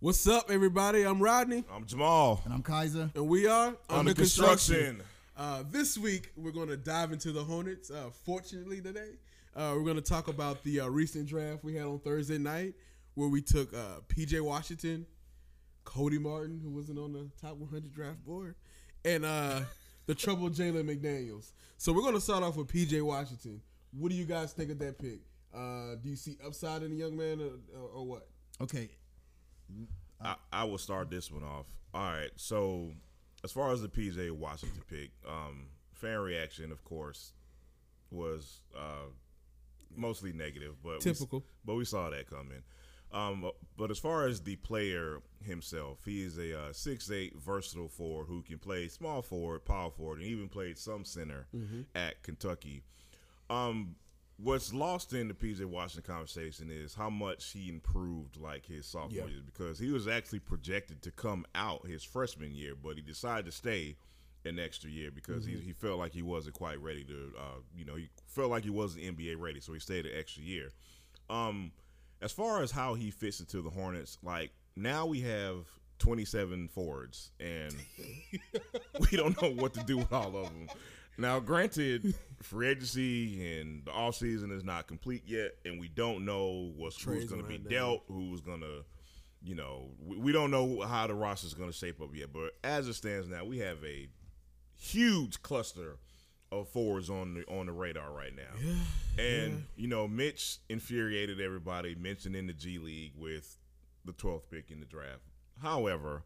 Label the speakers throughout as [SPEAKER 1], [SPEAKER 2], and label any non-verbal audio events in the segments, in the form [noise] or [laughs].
[SPEAKER 1] What's up, everybody? I'm Rodney,
[SPEAKER 2] I'm Um, Jamal.
[SPEAKER 3] And I'm Kaiser.
[SPEAKER 1] and we are
[SPEAKER 2] Under construction.
[SPEAKER 1] Uh, this week, we're going to dive into the Hornets. Uh, fortunately, today, uh, we're going to talk about the uh, recent draft we had on Thursday night, where we took uh, PJ Washington, Cody Martin, who wasn't on the top 100 draft board, and
[SPEAKER 2] [laughs]
[SPEAKER 1] uh, the troubled Jalen McDaniels. So we're going to start off with PJ Washington. What do you guys think of that pick? Uh, do you see upside in the young man, or, or, or
[SPEAKER 2] [sighs]
[SPEAKER 1] what? [sighs]
[SPEAKER 3] Okay.
[SPEAKER 2] I, I will start this one off. All right. So, as far as the PJ Washington pick, um, fan reaction, of course, was uh, mostly negative, but
[SPEAKER 1] Typical.
[SPEAKER 2] We, but we saw that coming. Um, but as far as the player himself, he is a uh, 6'8 versatile forward who can play small forward, power forward, and even played some center at Kentucky. Um, what's lost in the PJ Washington conversation is how much he improved like his sophomore
[SPEAKER 1] Yeah.
[SPEAKER 2] year because he was actually projected to come out his freshman year, but he decided to stay an extra year because he, he felt like he wasn't quite ready to, uh, you know, he felt like he wasn't NBA ready, so he stayed an extra year. Um, as far as how he fits into the Hornets, like now we have 27 forwards and we don't know what to do with all of them. Now, granted, free agency and the offseason is not complete yet, and we don't know what's
[SPEAKER 1] Trades
[SPEAKER 2] who's going to
[SPEAKER 1] gonna
[SPEAKER 2] be
[SPEAKER 1] happen.
[SPEAKER 2] dealt, who's going to, you know, we, we don't know how the roster's going to shape up yet. But as it stands now, we have a huge cluster of forwards on the on the radar right now. and you know, Mitch infuriated everybody mentioning the G League with the 12th pick in the draft. However,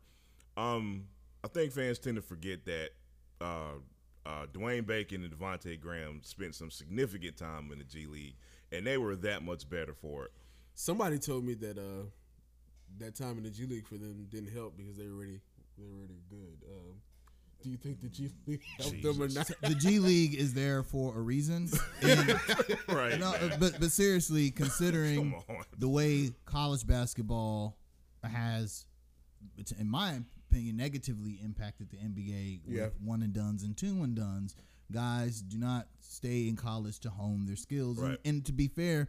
[SPEAKER 2] um, I think fans tend to forget that uh, uh, Dwayne Bacon and Devontae Graham spent some significant time in the G League, and they were that much better for it.
[SPEAKER 1] Somebody told me that uh, that time in the G League for them didn't help because they were already they were already good. Um, do you think the G League [laughs] helped them or not?
[SPEAKER 3] The G League is there for
[SPEAKER 2] [laughs]
[SPEAKER 3] a reason. And-
[SPEAKER 2] Right.
[SPEAKER 3] no, uh,
[SPEAKER 2] man.
[SPEAKER 3] but but seriously, considering
[SPEAKER 2] Come on.
[SPEAKER 3] the way college basketball has, it's- in my opinion, negatively impacted the NBA with
[SPEAKER 1] Yeah.
[SPEAKER 3] one and duns and two and duns. Guys do not stay in college to hone their skills.
[SPEAKER 2] Right.
[SPEAKER 3] And, and to be fair,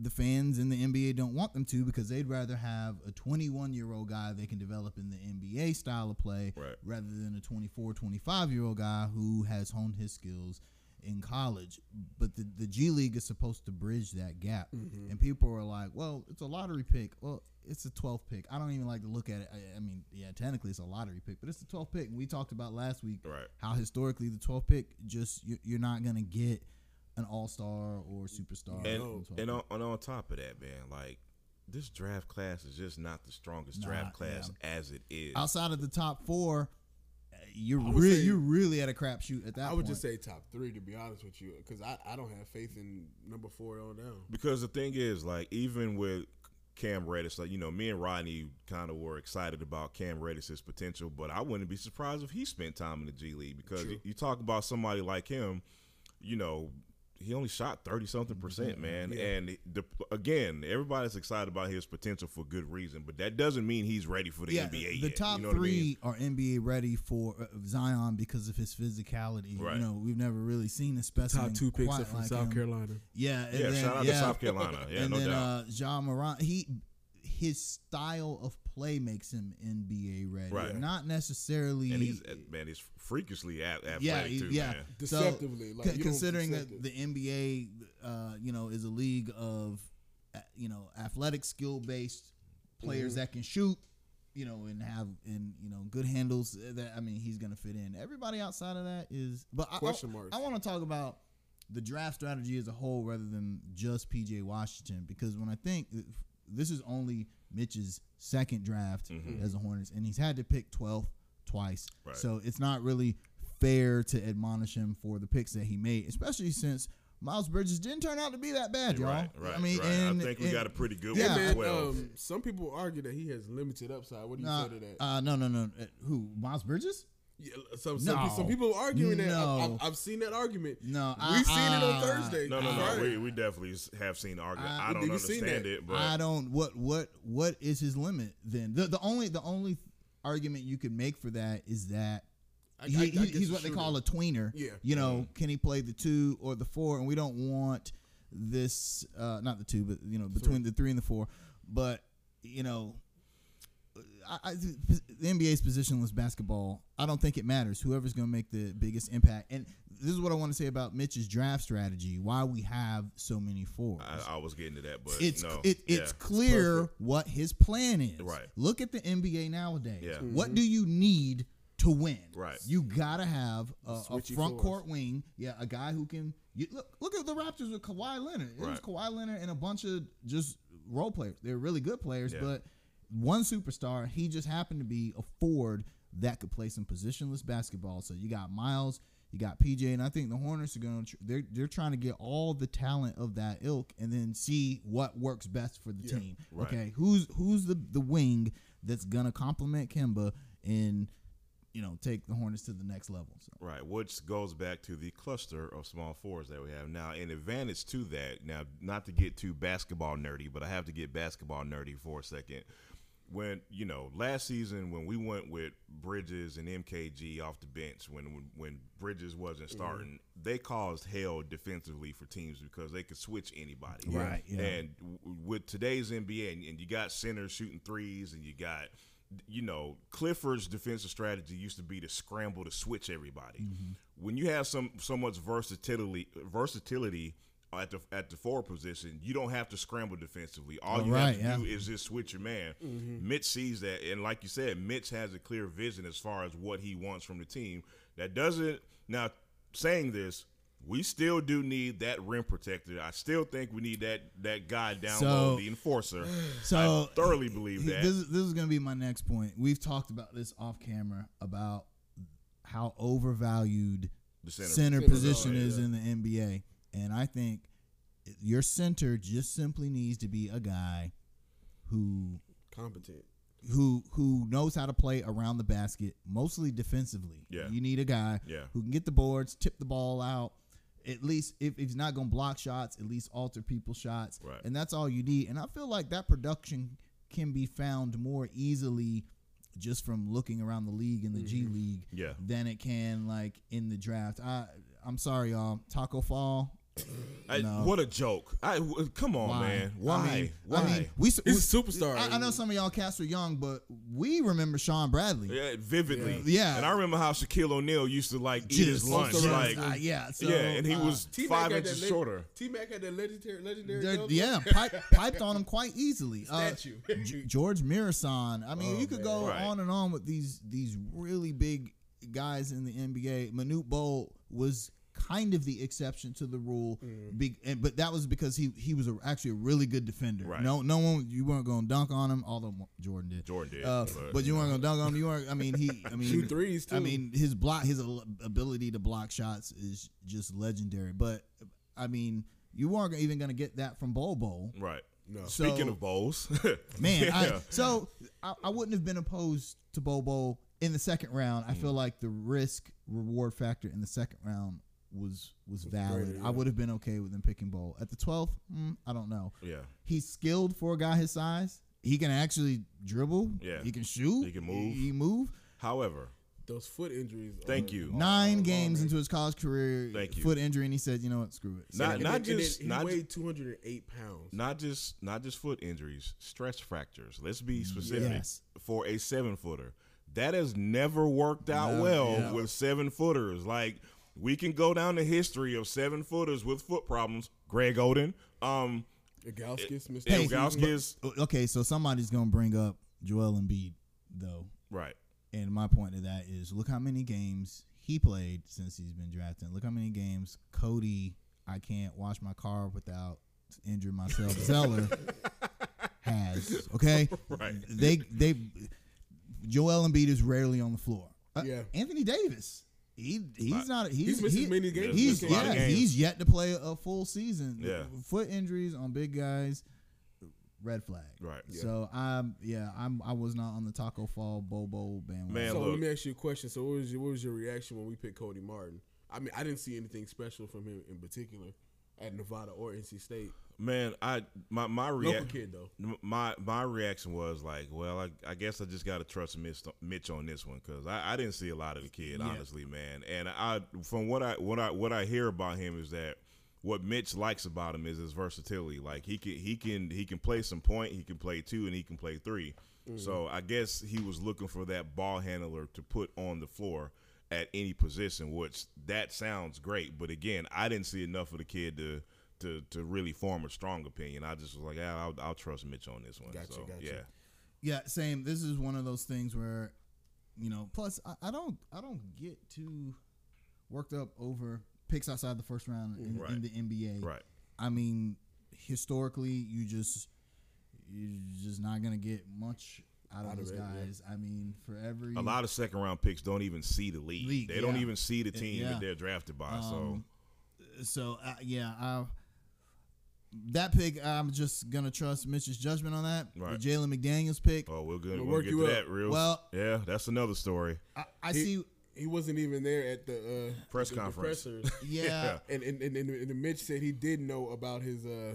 [SPEAKER 3] the fans in the NBA don't want them to because they'd rather have a 21 year old guy they can develop in the NBA style of play
[SPEAKER 2] Right.
[SPEAKER 3] rather than a 24, 25 year old guy who has honed his skills in college. But the, the G League is supposed to bridge that gap.
[SPEAKER 1] Mm-hmm.
[SPEAKER 3] And people are like, well, it's a lottery pick. Well, it's a 12th pick. I don't even like to look at it. I, I mean, yeah, technically it's a lottery pick, but it's a 12th pick. And we talked about last week
[SPEAKER 2] Right.
[SPEAKER 3] how historically the 12th pick just, you, you're not going to get an all star or superstar.
[SPEAKER 2] and,
[SPEAKER 3] in the 12th
[SPEAKER 2] and,
[SPEAKER 3] pick.
[SPEAKER 2] on, and on top of that, man, like this draft class is just not the strongest draft class as it is.
[SPEAKER 3] outside of the top four, uh, you're
[SPEAKER 1] would
[SPEAKER 3] really
[SPEAKER 1] say-
[SPEAKER 3] you're really at a crapshoot at that.
[SPEAKER 1] I would
[SPEAKER 3] point.
[SPEAKER 1] just say top three to be honest with you, because I, I don't have faith in number four on down.
[SPEAKER 2] because the thing is, like, even with Cam Reddish, like you know, me and Rodney kind of were excited about Cam Reddish's potential, but I wouldn't be surprised if he spent time in the G League because
[SPEAKER 1] True.
[SPEAKER 2] you talk about somebody like him, you know. He only shot thirty something percent, man.
[SPEAKER 1] Yeah.
[SPEAKER 2] And the, again, everybody's excited about his potential for good reason, but that doesn't mean he's ready for the
[SPEAKER 3] yeah,
[SPEAKER 2] NBA.
[SPEAKER 3] the
[SPEAKER 2] yet,
[SPEAKER 3] top
[SPEAKER 2] you know what I mean?
[SPEAKER 3] three are NBA ready for uh, Zion because of his physicality.
[SPEAKER 2] Right.
[SPEAKER 3] You know, we've never really seen a specimen
[SPEAKER 1] Top two picks
[SPEAKER 3] quite
[SPEAKER 1] are from
[SPEAKER 3] like
[SPEAKER 1] South
[SPEAKER 3] him.
[SPEAKER 1] Carolina.
[SPEAKER 3] Yeah, and
[SPEAKER 2] Yeah,
[SPEAKER 3] then,
[SPEAKER 2] shout out
[SPEAKER 3] yeah.
[SPEAKER 2] to South Carolina.
[SPEAKER 3] [laughs]
[SPEAKER 2] Yeah,
[SPEAKER 3] and
[SPEAKER 2] no
[SPEAKER 3] then
[SPEAKER 2] doubt.
[SPEAKER 3] uh, Ja Morant, he his style of play makes him NBA ready,
[SPEAKER 2] Right.
[SPEAKER 3] not necessarily.
[SPEAKER 2] and he's man, he's freakishly a- athletic
[SPEAKER 3] yeah,
[SPEAKER 2] too,
[SPEAKER 3] he- yeah.
[SPEAKER 2] man.
[SPEAKER 3] So,
[SPEAKER 1] Deceptively, like,
[SPEAKER 3] con-
[SPEAKER 1] you don't
[SPEAKER 3] considering that
[SPEAKER 1] deceptive.
[SPEAKER 3] the NBA, uh, you know, is a league of, uh, you know, athletic skill based players
[SPEAKER 1] Mm-hmm.
[SPEAKER 3] that can shoot, you know, and have and you know good handles. uh, That I mean, he's gonna fit in. Everybody outside of that is, but I-
[SPEAKER 1] Question
[SPEAKER 3] I,
[SPEAKER 1] marks.
[SPEAKER 3] I want to talk about the draft strategy as a whole rather than just PJ Washington because when I think uh, this is only Mitch's second draft as a Hornets and he's had to pick 12th twice.
[SPEAKER 2] Right.
[SPEAKER 3] So it's not really fair to admonish him for the picks that he made, especially since Miles Bridges didn't turn out to be that bad, y'all.
[SPEAKER 2] Right, right.
[SPEAKER 3] I mean,
[SPEAKER 2] right.
[SPEAKER 3] and-
[SPEAKER 2] I think we
[SPEAKER 3] and-
[SPEAKER 2] got a pretty good
[SPEAKER 3] Yeah,
[SPEAKER 2] one.
[SPEAKER 1] Man,
[SPEAKER 2] at Twelve.
[SPEAKER 1] um, some people argue that he has limited upside. What do you
[SPEAKER 3] Nah,
[SPEAKER 1] say to that?
[SPEAKER 3] uh, no, no, no. Uh, Who? Miles Bridges?
[SPEAKER 1] Yeah, some, some,
[SPEAKER 3] no.
[SPEAKER 1] some people are arguing that.
[SPEAKER 3] No.
[SPEAKER 1] I've, I've, I've seen that argument.
[SPEAKER 3] No,
[SPEAKER 1] we've seen it on
[SPEAKER 3] uh,
[SPEAKER 1] Thursday.
[SPEAKER 2] no, no, no.
[SPEAKER 1] Friday.
[SPEAKER 2] We, we definitely s- have seen the argument.
[SPEAKER 3] I-
[SPEAKER 2] I, don't
[SPEAKER 1] you seen
[SPEAKER 2] understand
[SPEAKER 1] that?
[SPEAKER 2] it, but
[SPEAKER 3] I don't. What? What? What is his limit then? The the only the only argument you could make for that is that
[SPEAKER 1] I- I-
[SPEAKER 3] he,
[SPEAKER 1] I
[SPEAKER 3] he-
[SPEAKER 1] guess
[SPEAKER 3] he's
[SPEAKER 1] a
[SPEAKER 3] what they
[SPEAKER 1] shooter.
[SPEAKER 3] call a tweener.
[SPEAKER 1] Yeah. Mm-hmm.
[SPEAKER 3] You know, can he play the two or the four? And we don't want this, uh, not the two, but you know, between the three and the four. But you know, I, I, the NBA's positionless basketball, I don't think it matters. Whoever's going to make the biggest impact, and this is what I want to say about Mitch's draft strategy. Why we have so many fours?
[SPEAKER 2] I, I was getting to that, but
[SPEAKER 3] it's
[SPEAKER 2] no,
[SPEAKER 3] it,
[SPEAKER 2] yeah.
[SPEAKER 3] it's clear what his plan is.
[SPEAKER 2] Right.
[SPEAKER 3] Look at the NBA nowadays.
[SPEAKER 2] Yeah.
[SPEAKER 1] Mm-hmm.
[SPEAKER 3] What do you need to win?
[SPEAKER 2] Right.
[SPEAKER 3] You gotta have a, a
[SPEAKER 1] Switchy
[SPEAKER 3] front
[SPEAKER 1] fours.
[SPEAKER 3] court wing. Yeah, a guy who can. You, look, look at the Raptors with Kawhi Leonard. It was
[SPEAKER 2] Right.
[SPEAKER 3] Kawhi Leonard and a bunch of just role players. They're really good players,
[SPEAKER 2] Yeah.
[SPEAKER 3] but one superstar. He just happened to be a forward that could play some positionless basketball. So you got Miles. You got PJ, and I think the Hornets are going to. They're they're trying to get all the talent of that ilk, and then see what works best for the
[SPEAKER 1] Yeah.
[SPEAKER 3] team.
[SPEAKER 2] Right.
[SPEAKER 3] Okay, who's who's the the wing that's gonna complement Kimba and you know take the Hornets to the next level? So
[SPEAKER 2] Right, which goes back to the cluster of small fours that we have now. An advantage to that, now, not to get too basketball nerdy, but I have to get basketball nerdy for a second. When you know last season when we went with Bridges and MKG off the bench when when, when Bridges wasn't
[SPEAKER 3] Mm-hmm.
[SPEAKER 2] starting, they caused hell defensively for teams because they could switch anybody.
[SPEAKER 3] Right, yeah.
[SPEAKER 2] And w- with today's NBA, and, and you got centers shooting threes, and you got, you know, Clifford's defensive strategy used to be to scramble to switch everybody.
[SPEAKER 3] Mm-hmm.
[SPEAKER 2] When you have some so much versatility, versatility at the at the forward position, you don't have to scramble defensively. All you
[SPEAKER 3] Oh, Right,
[SPEAKER 2] have to do
[SPEAKER 3] yeah.
[SPEAKER 2] is just switch your man.
[SPEAKER 1] Mm-hmm.
[SPEAKER 2] Mitch sees that, and like you said, Mitch has a clear vision as far as what he wants from the team. That doesn't now saying this. We still do need that rim protector. I still think we need that that guy down
[SPEAKER 3] So-
[SPEAKER 2] low, the
[SPEAKER 3] [sighs]
[SPEAKER 2] enforcer.
[SPEAKER 3] So-
[SPEAKER 2] I thoroughly believe that.
[SPEAKER 3] this is, this is gonna be my next point. We've talked about this off camera about how overvalued
[SPEAKER 2] The
[SPEAKER 3] center,
[SPEAKER 2] center. Oh,
[SPEAKER 3] position
[SPEAKER 1] yeah,
[SPEAKER 3] is
[SPEAKER 1] yeah.
[SPEAKER 3] in the NBA, and I think your center just simply needs to be a guy who
[SPEAKER 1] Competent.
[SPEAKER 3] who who knows how to play around the basket, mostly defensively.
[SPEAKER 2] Yeah.
[SPEAKER 3] You need a guy
[SPEAKER 2] Yeah.
[SPEAKER 3] who can get the boards, tip the ball out. At least if, if he's not gonna block shots, at least alter people's shots.
[SPEAKER 2] Right.
[SPEAKER 3] And that's all you need. And I feel like that production can be found more easily just from looking around the league in the G League
[SPEAKER 2] Yeah.
[SPEAKER 3] than it can like in the draft. I I'm sorry, y'all. Taco Fall.
[SPEAKER 2] I- What a joke! I w come on, Oh, man. Why?
[SPEAKER 3] I mean,
[SPEAKER 2] Why?
[SPEAKER 3] I mean, we, we
[SPEAKER 1] He's a superstar.
[SPEAKER 3] I, I know some of y'all cats are young, but we remember Sean Bradley.
[SPEAKER 2] yeah, vividly.
[SPEAKER 3] Yeah.
[SPEAKER 2] And I remember how Shaquille O'Neal used to like eat his
[SPEAKER 3] Just-
[SPEAKER 2] lunch,
[SPEAKER 3] just,
[SPEAKER 2] like
[SPEAKER 3] uh, yeah, so,
[SPEAKER 2] yeah, and he
[SPEAKER 3] uh,
[SPEAKER 2] was
[SPEAKER 1] T-Mac
[SPEAKER 2] five
[SPEAKER 1] had that
[SPEAKER 2] inches
[SPEAKER 1] leg-
[SPEAKER 2] shorter.
[SPEAKER 1] T-Mac had that legendary, legendary.
[SPEAKER 3] they're-
[SPEAKER 1] dunk. [laughs]
[SPEAKER 3] yeah, pipe, piped on him quite easily. Uh,
[SPEAKER 1] Statue.
[SPEAKER 3] G- George Mirasan. I mean,
[SPEAKER 1] Oh,
[SPEAKER 3] you
[SPEAKER 1] man.
[SPEAKER 3] could go
[SPEAKER 2] Right.
[SPEAKER 3] on and on with these these really big guys in the NBA. Manute Bol was kind of the exception to the rule,
[SPEAKER 1] Mm.
[SPEAKER 3] be, and, but that was because he he was a, actually a really good defender.
[SPEAKER 2] Right.
[SPEAKER 3] No, no one you weren't going to dunk on him, although Jordan did.
[SPEAKER 2] Jordan did,
[SPEAKER 3] uh,
[SPEAKER 2] but-
[SPEAKER 3] but, you weren't going to dunk on him. You weren't. I mean, he. I mean,
[SPEAKER 1] Shoot threes,
[SPEAKER 3] I
[SPEAKER 1] too.
[SPEAKER 3] mean, his block his al- ability to block shots is just legendary but i mean you aren't even going to get that from bobo
[SPEAKER 2] Right.
[SPEAKER 1] No.
[SPEAKER 3] So-
[SPEAKER 2] Speaking of bowls, [laughs]
[SPEAKER 3] man I,
[SPEAKER 2] Yeah.
[SPEAKER 3] so I, I wouldn't have been opposed to bobo in the second round i
[SPEAKER 2] Mm.
[SPEAKER 3] feel like the risk reward factor in the second round was was valid
[SPEAKER 1] greater,
[SPEAKER 3] i
[SPEAKER 1] yeah.
[SPEAKER 3] would have been okay with him picking bowl at the 12th mm, i don't know
[SPEAKER 2] yeah,
[SPEAKER 3] he's skilled for a guy his size he can actually dribble
[SPEAKER 2] Yeah.
[SPEAKER 3] he can shoot
[SPEAKER 2] He can move.
[SPEAKER 3] he move
[SPEAKER 2] However,
[SPEAKER 1] Those foot injuries. are-
[SPEAKER 2] Thank you.
[SPEAKER 1] are-
[SPEAKER 3] Nine
[SPEAKER 1] are
[SPEAKER 3] games
[SPEAKER 1] long,
[SPEAKER 3] into his college career,
[SPEAKER 2] Thank you.
[SPEAKER 3] foot injury, and he said, "You know what? Screw it." So
[SPEAKER 2] Not-
[SPEAKER 1] man. And
[SPEAKER 2] not
[SPEAKER 1] then- and
[SPEAKER 2] just-
[SPEAKER 1] then he
[SPEAKER 2] not-
[SPEAKER 1] weighed 208 pounds.
[SPEAKER 2] not just not just foot injuries, stress fractures. Let's be specific.
[SPEAKER 3] Mm, Yes.
[SPEAKER 2] For a seven footer, that has never worked out well
[SPEAKER 3] yeah.
[SPEAKER 2] with seven footers. Like we can go down the history of seven footers with foot problems. Greg Oden, um,
[SPEAKER 1] Gauskis, Mr.
[SPEAKER 2] hey,
[SPEAKER 1] Season.
[SPEAKER 2] Wazowski's-
[SPEAKER 3] okay, so somebody's gonna bring up Joel Embiid though,
[SPEAKER 2] right.
[SPEAKER 3] and my point to that is, look how many games he played since he's been drafted. Look how many games Cody, I can't wash my car without injuring myself.
[SPEAKER 2] [laughs]
[SPEAKER 3] Zeller has okay.
[SPEAKER 2] Right.
[SPEAKER 3] They they Joel Embiid is rarely on the floor. Uh,
[SPEAKER 1] Yeah.
[SPEAKER 3] Anthony Davis. He, he's not he's,
[SPEAKER 1] He's missed
[SPEAKER 3] he-
[SPEAKER 1] as many games.
[SPEAKER 3] He's
[SPEAKER 2] Missed a lot
[SPEAKER 3] yeah,
[SPEAKER 2] of games.
[SPEAKER 3] he's yet to play a full season.
[SPEAKER 2] Yeah.
[SPEAKER 3] Foot injuries on big guys, red flag.
[SPEAKER 2] Right. Yeah.
[SPEAKER 3] So I'm yeah, I'm I was not on the Taco Fall Bobo bandwagon.
[SPEAKER 2] Man,
[SPEAKER 1] So
[SPEAKER 2] look.
[SPEAKER 1] let me ask you a question. So what was your, what was your reaction when we picked Cody Martin? I mean, I didn't see anything special from him in particular at Nevada or NC State.
[SPEAKER 2] Man, I my my
[SPEAKER 1] Local
[SPEAKER 2] reaction.
[SPEAKER 1] kid though.
[SPEAKER 2] M- my my reaction was like, well, I, I guess I just got to trust Mitch, Mitch on this one because I, I didn't see a lot of the kid, honestly, man. And I from what I what I what I hear about him is that what Mitch likes about him is his versatility. Like he can he can he can play some point, he can play two, and he can play three. So I guess he was looking for that ball handler to put on the floor at any position, which that sounds great. But again, I didn't see enough of the kid to to, to really form a strong opinion. I just was like, yeah, I'll, I'll trust Mitch on this one.
[SPEAKER 1] Gotcha,
[SPEAKER 2] so,
[SPEAKER 1] gotcha.
[SPEAKER 2] Yeah.
[SPEAKER 3] Yeah, same. This is one of those things where, you know. Plus, I, I don't, I don't get too worked up over picks outside the first round in, in
[SPEAKER 2] Right.
[SPEAKER 3] the NBA.
[SPEAKER 2] Right.
[SPEAKER 3] I mean, historically, you just, you're just not gonna get much out of
[SPEAKER 1] Out of
[SPEAKER 3] those
[SPEAKER 1] it, yeah.
[SPEAKER 3] guys. I mean, for every
[SPEAKER 2] A lot of second round picks don't even see the league.
[SPEAKER 3] League,
[SPEAKER 2] they don't
[SPEAKER 3] yeah.
[SPEAKER 2] even see the team
[SPEAKER 3] yeah.
[SPEAKER 2] that they're drafted by. so
[SPEAKER 3] Um, so uh, yeah, I, that pick I'm just gonna trust Mitch's judgment on that.
[SPEAKER 2] Right.
[SPEAKER 3] The Jalen McDaniels pick.
[SPEAKER 2] Oh, we're good.
[SPEAKER 1] We'll
[SPEAKER 2] We'll,
[SPEAKER 1] work
[SPEAKER 2] get
[SPEAKER 1] you
[SPEAKER 2] to
[SPEAKER 1] up.
[SPEAKER 2] that real.
[SPEAKER 3] Well-
[SPEAKER 2] yeah, that's another story.
[SPEAKER 3] I, I
[SPEAKER 1] He-
[SPEAKER 3] see.
[SPEAKER 1] He wasn't even there at the uh,
[SPEAKER 2] Press
[SPEAKER 1] the- the
[SPEAKER 2] conference.
[SPEAKER 1] pressers.
[SPEAKER 3] [laughs] Yeah,
[SPEAKER 1] and, and, and and and Mitch said he did know about his uh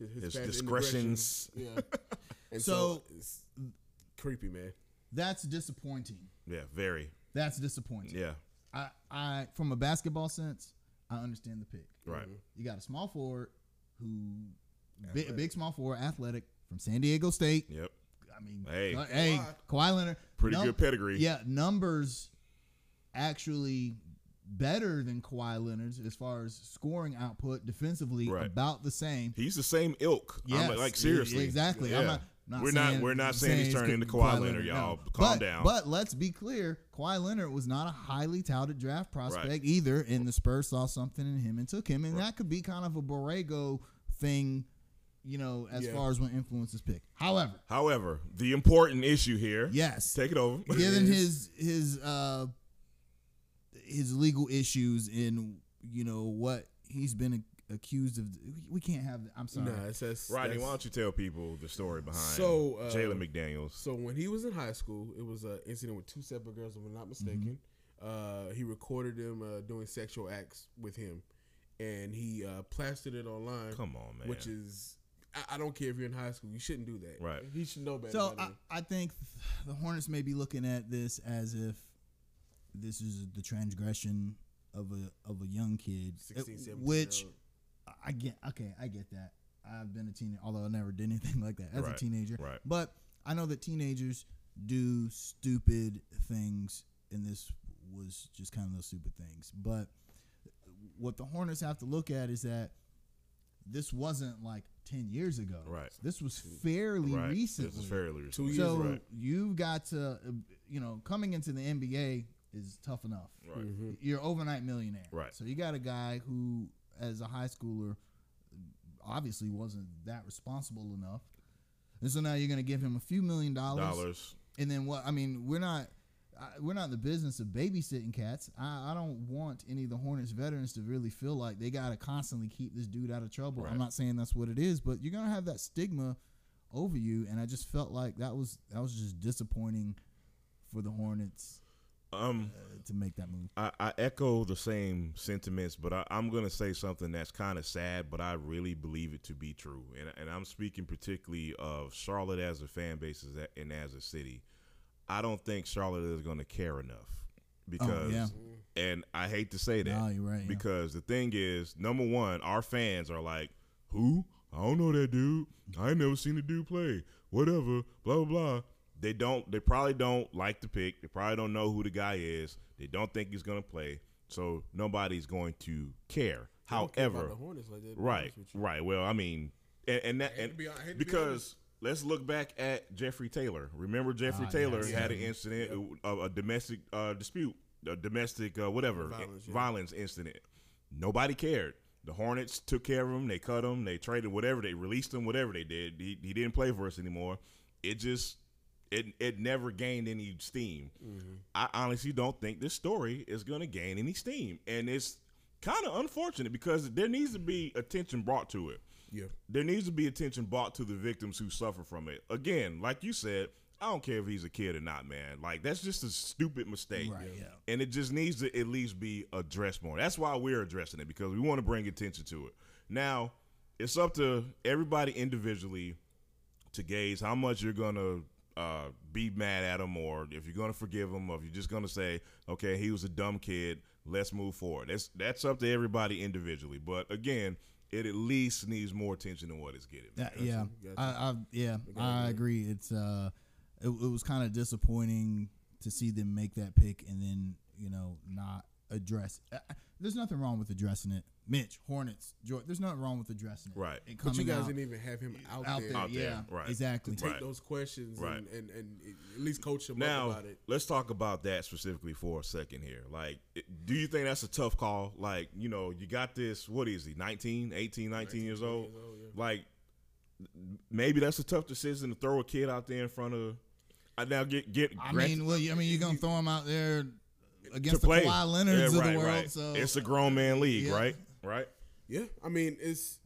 [SPEAKER 1] his, his
[SPEAKER 2] His
[SPEAKER 1] past
[SPEAKER 2] discretions.
[SPEAKER 1] indiscretions.
[SPEAKER 3] [laughs]
[SPEAKER 1] Yeah, and so,
[SPEAKER 3] So-
[SPEAKER 1] it's creepy, man.
[SPEAKER 3] that's disappointing.
[SPEAKER 2] Yeah, very.
[SPEAKER 3] That's disappointing.
[SPEAKER 2] Yeah,
[SPEAKER 3] I, I from a basketball sense, I understand the pick.
[SPEAKER 2] right.
[SPEAKER 3] You got a small forward who big, big small forward, athletic from San Diego State.
[SPEAKER 2] Yep.
[SPEAKER 3] I mean,
[SPEAKER 2] Hey.
[SPEAKER 3] Ka- hey, Kawhi Leonard,
[SPEAKER 2] Pretty
[SPEAKER 3] num-
[SPEAKER 2] good pedigree.
[SPEAKER 3] Yeah, numbers actually better than Kawhi Leonard's as far as scoring output defensively,
[SPEAKER 2] Right.
[SPEAKER 3] about the same.
[SPEAKER 2] He's the same ilk.
[SPEAKER 3] Yes,
[SPEAKER 2] I'm like
[SPEAKER 3] e-
[SPEAKER 2] seriously.
[SPEAKER 3] exactly.
[SPEAKER 2] Yeah.
[SPEAKER 3] I'm not, not
[SPEAKER 2] we're
[SPEAKER 3] saying,
[SPEAKER 2] not. We're not saying, he's
[SPEAKER 3] it's
[SPEAKER 2] turning into
[SPEAKER 3] Ka-
[SPEAKER 2] Kawhi, Leonard, y'all.
[SPEAKER 3] no.
[SPEAKER 2] Calm
[SPEAKER 3] But-
[SPEAKER 2] down.
[SPEAKER 3] But let's be clear, Kawhi Leonard was not a highly touted draft prospect
[SPEAKER 2] Right.
[SPEAKER 3] either, and the Spurs saw something in him and took him, and that could be kind of a Borrego thing, you know, as
[SPEAKER 1] Yeah.
[SPEAKER 3] far as when influences pick. However,
[SPEAKER 2] However, the important issue here.
[SPEAKER 3] yes,
[SPEAKER 2] Take it over.
[SPEAKER 3] given his his uh his legal issues and you know what he's been ac- accused of, we can't have. I'm sorry.
[SPEAKER 1] Nah, it's that's
[SPEAKER 2] Rodney, why
[SPEAKER 1] that's-
[SPEAKER 2] don't you tell people the story behind
[SPEAKER 1] So, uh,
[SPEAKER 2] Jalen McDaniels?
[SPEAKER 1] So when he was in high school, it was an incident with two separate girls, if I'm not mistaken.
[SPEAKER 3] Mm-hmm.
[SPEAKER 1] Uh, he recorded them uh, doing sexual acts with him, and he uh, plastered it online.
[SPEAKER 2] Come on, man.
[SPEAKER 1] which is I, I don't care if you're in high school, you shouldn't do that.
[SPEAKER 2] Right.
[SPEAKER 1] He should know better.
[SPEAKER 3] So
[SPEAKER 1] by
[SPEAKER 3] I,
[SPEAKER 1] then.
[SPEAKER 3] I think the Hornets may be looking at this as if this is the transgression of a of a young kid,
[SPEAKER 1] 16,
[SPEAKER 3] uh,
[SPEAKER 1] 17
[SPEAKER 3] which
[SPEAKER 1] year old.
[SPEAKER 3] I get. Okay, I get that. I've been a teenager, although I never did anything [laughs] like that as a
[SPEAKER 2] Right,
[SPEAKER 3] teenager.
[SPEAKER 2] right.
[SPEAKER 3] But I know that teenagers do stupid things, and this was just kind of those stupid things. But what the Hornets have to look at is that this wasn't like ten years ago.
[SPEAKER 2] Right.
[SPEAKER 3] This was fairly
[SPEAKER 2] right.
[SPEAKER 3] recently.
[SPEAKER 2] This is fairly recent.
[SPEAKER 1] Two years
[SPEAKER 3] So
[SPEAKER 1] right.
[SPEAKER 3] you've got to, uh, you know, coming into the NBA is tough enough.
[SPEAKER 2] Right.
[SPEAKER 3] You're overnight millionaire.
[SPEAKER 2] Right.
[SPEAKER 3] So you got a guy who, as a high schooler, obviously wasn't that responsible enough, and so now you're going to give him a few million dollars,
[SPEAKER 2] Dollars.
[SPEAKER 3] and then what? I mean, we're not. I, we're not in the business of babysitting cats. I, I don't want any of the Hornets veterans to really feel like they got to constantly keep this dude out of trouble.
[SPEAKER 2] Right.
[SPEAKER 3] I'm not saying that's what it is, but you're gonna have that stigma over you, and I just felt like that was that was just disappointing for the Hornets
[SPEAKER 2] Um.
[SPEAKER 3] uh, to make that move.
[SPEAKER 2] I, I echo the same sentiments, but I, I'm going to say something that's kind of sad, but I really believe it to be true. And, and I'm speaking particularly of Charlotte as a fan base is that- and as a city. I don't think Charlotte is going to care enough
[SPEAKER 1] Oh,
[SPEAKER 2] because,
[SPEAKER 3] yeah.
[SPEAKER 2] and I hate to say that
[SPEAKER 3] No, you're right, yeah.
[SPEAKER 2] because the thing is, number one, our fans are like, who? I don't know that dude. I ain't never seen the dude play. Whatever. Blah blah blah. They don't. They probably don't like the pick. They probably don't know who the guy is. They don't think he's gonna play. So nobody's going to care.
[SPEAKER 1] I don't care about
[SPEAKER 2] However,
[SPEAKER 1] the Hornets like that, to be
[SPEAKER 2] right,
[SPEAKER 1] honest with you.
[SPEAKER 2] right. Well, I mean, and, and that
[SPEAKER 1] I hate
[SPEAKER 2] and
[SPEAKER 1] to be- I hate to be
[SPEAKER 2] because let's look back at Jeffrey Taylor. Remember Jeffrey
[SPEAKER 3] Ah,
[SPEAKER 2] Taylor
[SPEAKER 3] yes.
[SPEAKER 2] had an incident, a, a domestic uh, dispute, a domestic uh, whatever
[SPEAKER 1] Violence, yeah.
[SPEAKER 2] violence incident. Nobody cared. The Hornets took care of him. They cut him. They traded whatever. They released him. Whatever they did, he, he didn't play for us anymore. It just it it never gained any steam.
[SPEAKER 1] Mm-hmm.
[SPEAKER 2] I honestly don't think this story is going to gain any steam, and it's kind of unfortunate because there needs to be attention brought to it
[SPEAKER 1] Yeah.
[SPEAKER 2] there needs to be attention brought to the victims who suffer from it. Again, like you said, I don't care if he's a kid or not, man. Like that's just a stupid mistake.
[SPEAKER 3] Right, yeah.
[SPEAKER 2] And it just needs to at least be addressed more. That's why we're addressing it because we want to bring attention to it. Now, it's up to everybody individually to gauge how much you're gonna uh, be mad at him, or if you're gonna forgive him, or if you're just gonna say, "Okay, he was a dumb kid. Let's move forward." That's that's up to everybody individually. But again, it at least needs more attention than what it's getting.
[SPEAKER 3] Yeah, yeah, I, I, yeah, I agree. It's uh, it, it was kind of disappointing to see them make that pick and then you know not address. I- I- There's nothing wrong with addressing it, Mitch Hornets. George, there's nothing wrong with addressing it.
[SPEAKER 2] Right.
[SPEAKER 3] It
[SPEAKER 1] But you
[SPEAKER 3] coming
[SPEAKER 1] guys
[SPEAKER 3] out-
[SPEAKER 1] didn't even have him out,
[SPEAKER 3] out
[SPEAKER 1] there,
[SPEAKER 3] there,
[SPEAKER 2] Out
[SPEAKER 3] yeah,
[SPEAKER 2] there, right.
[SPEAKER 3] exactly.
[SPEAKER 1] to take
[SPEAKER 2] Uh, Right.
[SPEAKER 1] those questions
[SPEAKER 2] Right.
[SPEAKER 1] and, and, and at least coach him
[SPEAKER 2] Now
[SPEAKER 1] up about it.
[SPEAKER 2] let's talk about that specifically for a second here. Like, it- do you think that's a tough call? Like, you know, you got this. What is he? 19, 18, 19, years old.
[SPEAKER 1] years old, yeah.
[SPEAKER 2] Like, m- maybe that's a tough decision to throw a kid out there in front of. I now get get.
[SPEAKER 3] I
[SPEAKER 2] grant-
[SPEAKER 3] mean, well, you- I mean, you're gonna throw him out there against the
[SPEAKER 2] play.
[SPEAKER 3] Kawhi Leonards
[SPEAKER 2] Yeah,
[SPEAKER 3] of
[SPEAKER 2] right,
[SPEAKER 3] the world.
[SPEAKER 2] right.
[SPEAKER 3] So
[SPEAKER 2] it's a grown man league,
[SPEAKER 3] Yeah.
[SPEAKER 2] right? Right.
[SPEAKER 1] Yeah, I mean it's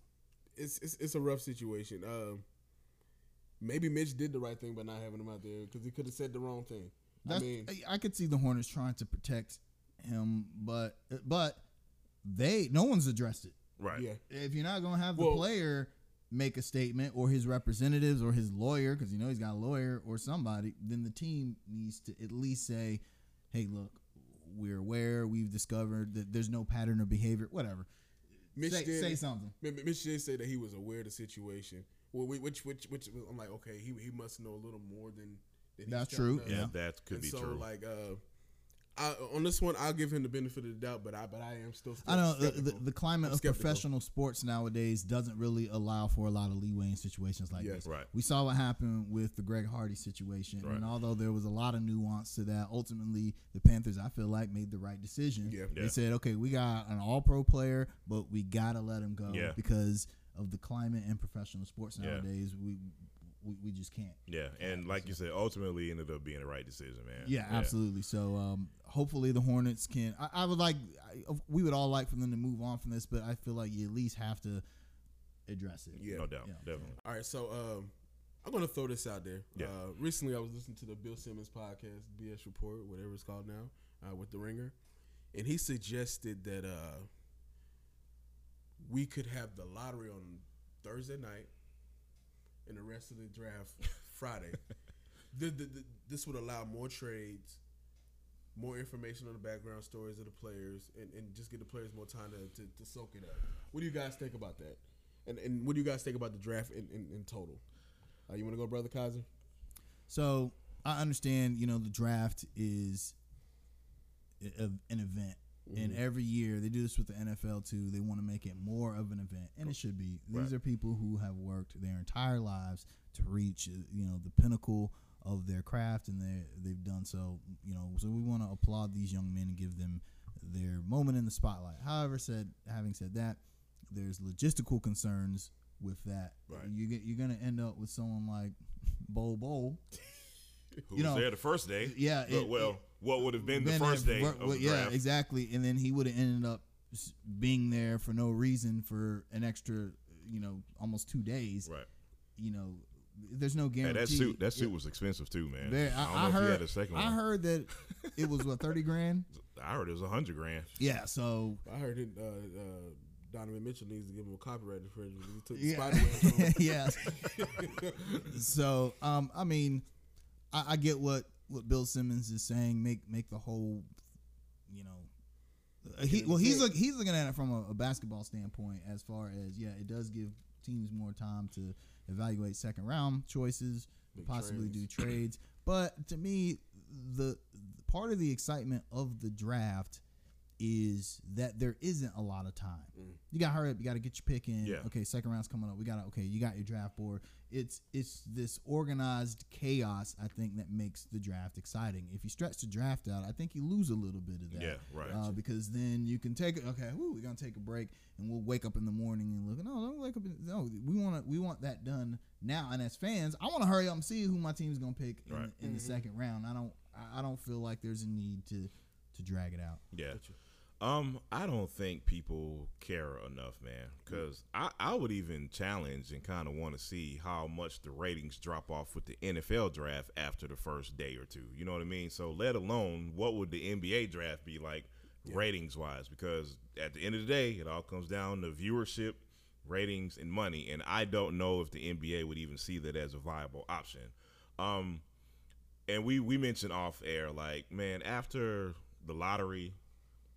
[SPEAKER 1] it's it's, it's a rough situation. Um, maybe Mitch did the right thing by not having him out there because he could have said the wrong thing. I
[SPEAKER 3] That's-
[SPEAKER 1] mean,
[SPEAKER 3] I could see the Hornets trying to protect him, but but they no one's addressed it.
[SPEAKER 2] Right.
[SPEAKER 1] yeah,
[SPEAKER 3] If you're not gonna have the
[SPEAKER 1] Well-
[SPEAKER 3] player make a statement or his representatives or his lawyer, because you know he's got a lawyer or somebody, then the team needs to at least say, "Hey, look, we're aware, we've discovered that there's no pattern of behavior, whatever."
[SPEAKER 1] Mitch
[SPEAKER 3] Say,
[SPEAKER 1] did.
[SPEAKER 3] say something.
[SPEAKER 1] M- M- Mitch did say that he was aware of the situation. Well, we- which which which I'm like, okay, he he must know a little more than. than he's
[SPEAKER 3] That's
[SPEAKER 1] telling
[SPEAKER 3] true,
[SPEAKER 1] us.
[SPEAKER 3] yeah.
[SPEAKER 2] That could
[SPEAKER 1] and
[SPEAKER 2] be
[SPEAKER 1] so,
[SPEAKER 2] true.
[SPEAKER 1] Like, uh, I, on this one, I'll give him the benefit of the doubt, but I but I am still.
[SPEAKER 3] I know uh, the, the,
[SPEAKER 1] skeptical.
[SPEAKER 3] the climate
[SPEAKER 1] I'm
[SPEAKER 3] of
[SPEAKER 1] skeptical.
[SPEAKER 3] professional sports nowadays doesn't really allow for a lot of leeway in situations like
[SPEAKER 1] Yes.
[SPEAKER 3] this.
[SPEAKER 2] Right.
[SPEAKER 3] We saw what happened with the Greg Hardy situation,
[SPEAKER 2] Right.
[SPEAKER 3] and although there was a lot of nuance to that, ultimately the Panthers, I feel like, made the right decision.
[SPEAKER 1] Yeah.
[SPEAKER 2] Yeah.
[SPEAKER 3] They said, okay, we got an All-Pro player, but we gotta let him go
[SPEAKER 2] Yeah.
[SPEAKER 3] because of the climate in professional sports
[SPEAKER 2] Yeah.
[SPEAKER 3] nowadays. We, we we just can't.
[SPEAKER 2] yeah, and like you said, ultimately it ended up being the right decision, man.
[SPEAKER 3] Yeah, absolutely. So um, hopefully the Hornets can. I, I would like. I, we would all like for them to move on from this, but I feel like you at least have to address it.
[SPEAKER 1] Yeah.
[SPEAKER 2] No doubt,
[SPEAKER 3] Yeah.
[SPEAKER 2] definitely.
[SPEAKER 1] All right, so um, I'm gonna throw this out there.
[SPEAKER 2] Yeah.
[SPEAKER 1] Uh, recently, I was listening to the Bill Simmons podcast, BS Report, whatever it's called now, uh, with the Ringer, and he suggested that uh, we could have the lottery on Thursday night, and the rest of the draft [laughs]
[SPEAKER 2] [laughs]
[SPEAKER 1] Friday. the, the, the, this would allow more trades, more information on the background stories of the players, and, and just give the players more time to, to, to soak it up. What do you guys think about that? And, and what do you guys think about the draft in, in, in total? Uh, you want to go, brother Kaiser?
[SPEAKER 3] So I understand. You know, the draft is a, e-, an event. And
[SPEAKER 2] Mm-hmm.
[SPEAKER 3] every year they do this with the NFL too. They want to make it more of an event, and it should be. These
[SPEAKER 2] Right.
[SPEAKER 3] are people who have worked their entire lives to reach, uh, you know, the pinnacle of their craft, and they they've done so. You know, so we want to applaud these young men and give them their moment in the spotlight. However, said having said that, there's logistical concerns with that.
[SPEAKER 2] Right.
[SPEAKER 3] You get, you're gonna end up with someone like Bo Bo
[SPEAKER 2] [laughs] Who was
[SPEAKER 3] You know,
[SPEAKER 2] there the first day?
[SPEAKER 3] yeah,
[SPEAKER 2] But,
[SPEAKER 3] it-
[SPEAKER 2] well,
[SPEAKER 3] it-
[SPEAKER 2] what would have been,
[SPEAKER 3] been
[SPEAKER 2] the
[SPEAKER 3] there
[SPEAKER 2] first
[SPEAKER 3] for-
[SPEAKER 2] day
[SPEAKER 3] wor-
[SPEAKER 2] of
[SPEAKER 3] well,
[SPEAKER 2] the
[SPEAKER 3] yeah,
[SPEAKER 2] draft?
[SPEAKER 3] exactly. And then he would have ended up s- being there for no reason for an extra, you know, almost two days.
[SPEAKER 2] Right.
[SPEAKER 3] You know, there's no
[SPEAKER 2] Yeah,
[SPEAKER 3] guarantee.
[SPEAKER 2] that suit, that suit
[SPEAKER 3] It-
[SPEAKER 2] was expensive too, man.
[SPEAKER 3] very-
[SPEAKER 2] I
[SPEAKER 3] I,
[SPEAKER 2] don't
[SPEAKER 3] I
[SPEAKER 2] know if
[SPEAKER 3] heard.
[SPEAKER 2] he had a second
[SPEAKER 3] I
[SPEAKER 2] one.
[SPEAKER 3] heard that it was what
[SPEAKER 2] [laughs]
[SPEAKER 3] thirty grand.
[SPEAKER 2] I heard it was a hundred grand.
[SPEAKER 3] Yeah. So.
[SPEAKER 1] I heard it, uh, uh, Donovan Mitchell needs to give him a copyright infringement. He took the
[SPEAKER 3] Yeah.
[SPEAKER 1] spider web from him.
[SPEAKER 3] [laughs] yeah. so, um, I mean, I, I get what what Bill Simmons is saying. Make make the whole, you know, uh, he, well, he's look, he's looking at it from a, a basketball standpoint as far as yeah, it does give teams more time to evaluate second round choices,
[SPEAKER 1] Make
[SPEAKER 3] possibly
[SPEAKER 1] trades.
[SPEAKER 3] do trades. But to me, the part of the excitement of the draft is that there isn't a lot of time. You got to hurry up. You got to get your pick in.
[SPEAKER 2] Yeah.
[SPEAKER 3] Okay, second round's coming up. We got to okay. You got your draft board. It's it's this organized chaos. I think that makes the draft exciting. If you stretch the draft out, I think you lose a little bit of that.
[SPEAKER 2] Yeah, right.
[SPEAKER 3] Uh, because then you can take okay. Woo, we're gonna take a break and we'll wake up in the morning and look. No, don't wake up. in- No, we want to we want that done now. And as fans, I want to hurry up and see who my team's gonna pick in,
[SPEAKER 2] Right.
[SPEAKER 3] in the second round. I don't I- I don't feel like there's a need to to drag it out.
[SPEAKER 2] Yeah. Um, I don't think people care enough, man. Because I, I would even challenge and kind of want to see how much the ratings drop off with the NFL draft after the first day or two. You know what I mean? So, let alone what would the NBA draft be like ratings wise? Because at the end of the day, it all comes down to viewership, ratings, and money. And I don't know if the NBA would even see that as a viable option. Um, and we we mentioned off air like man after the lottery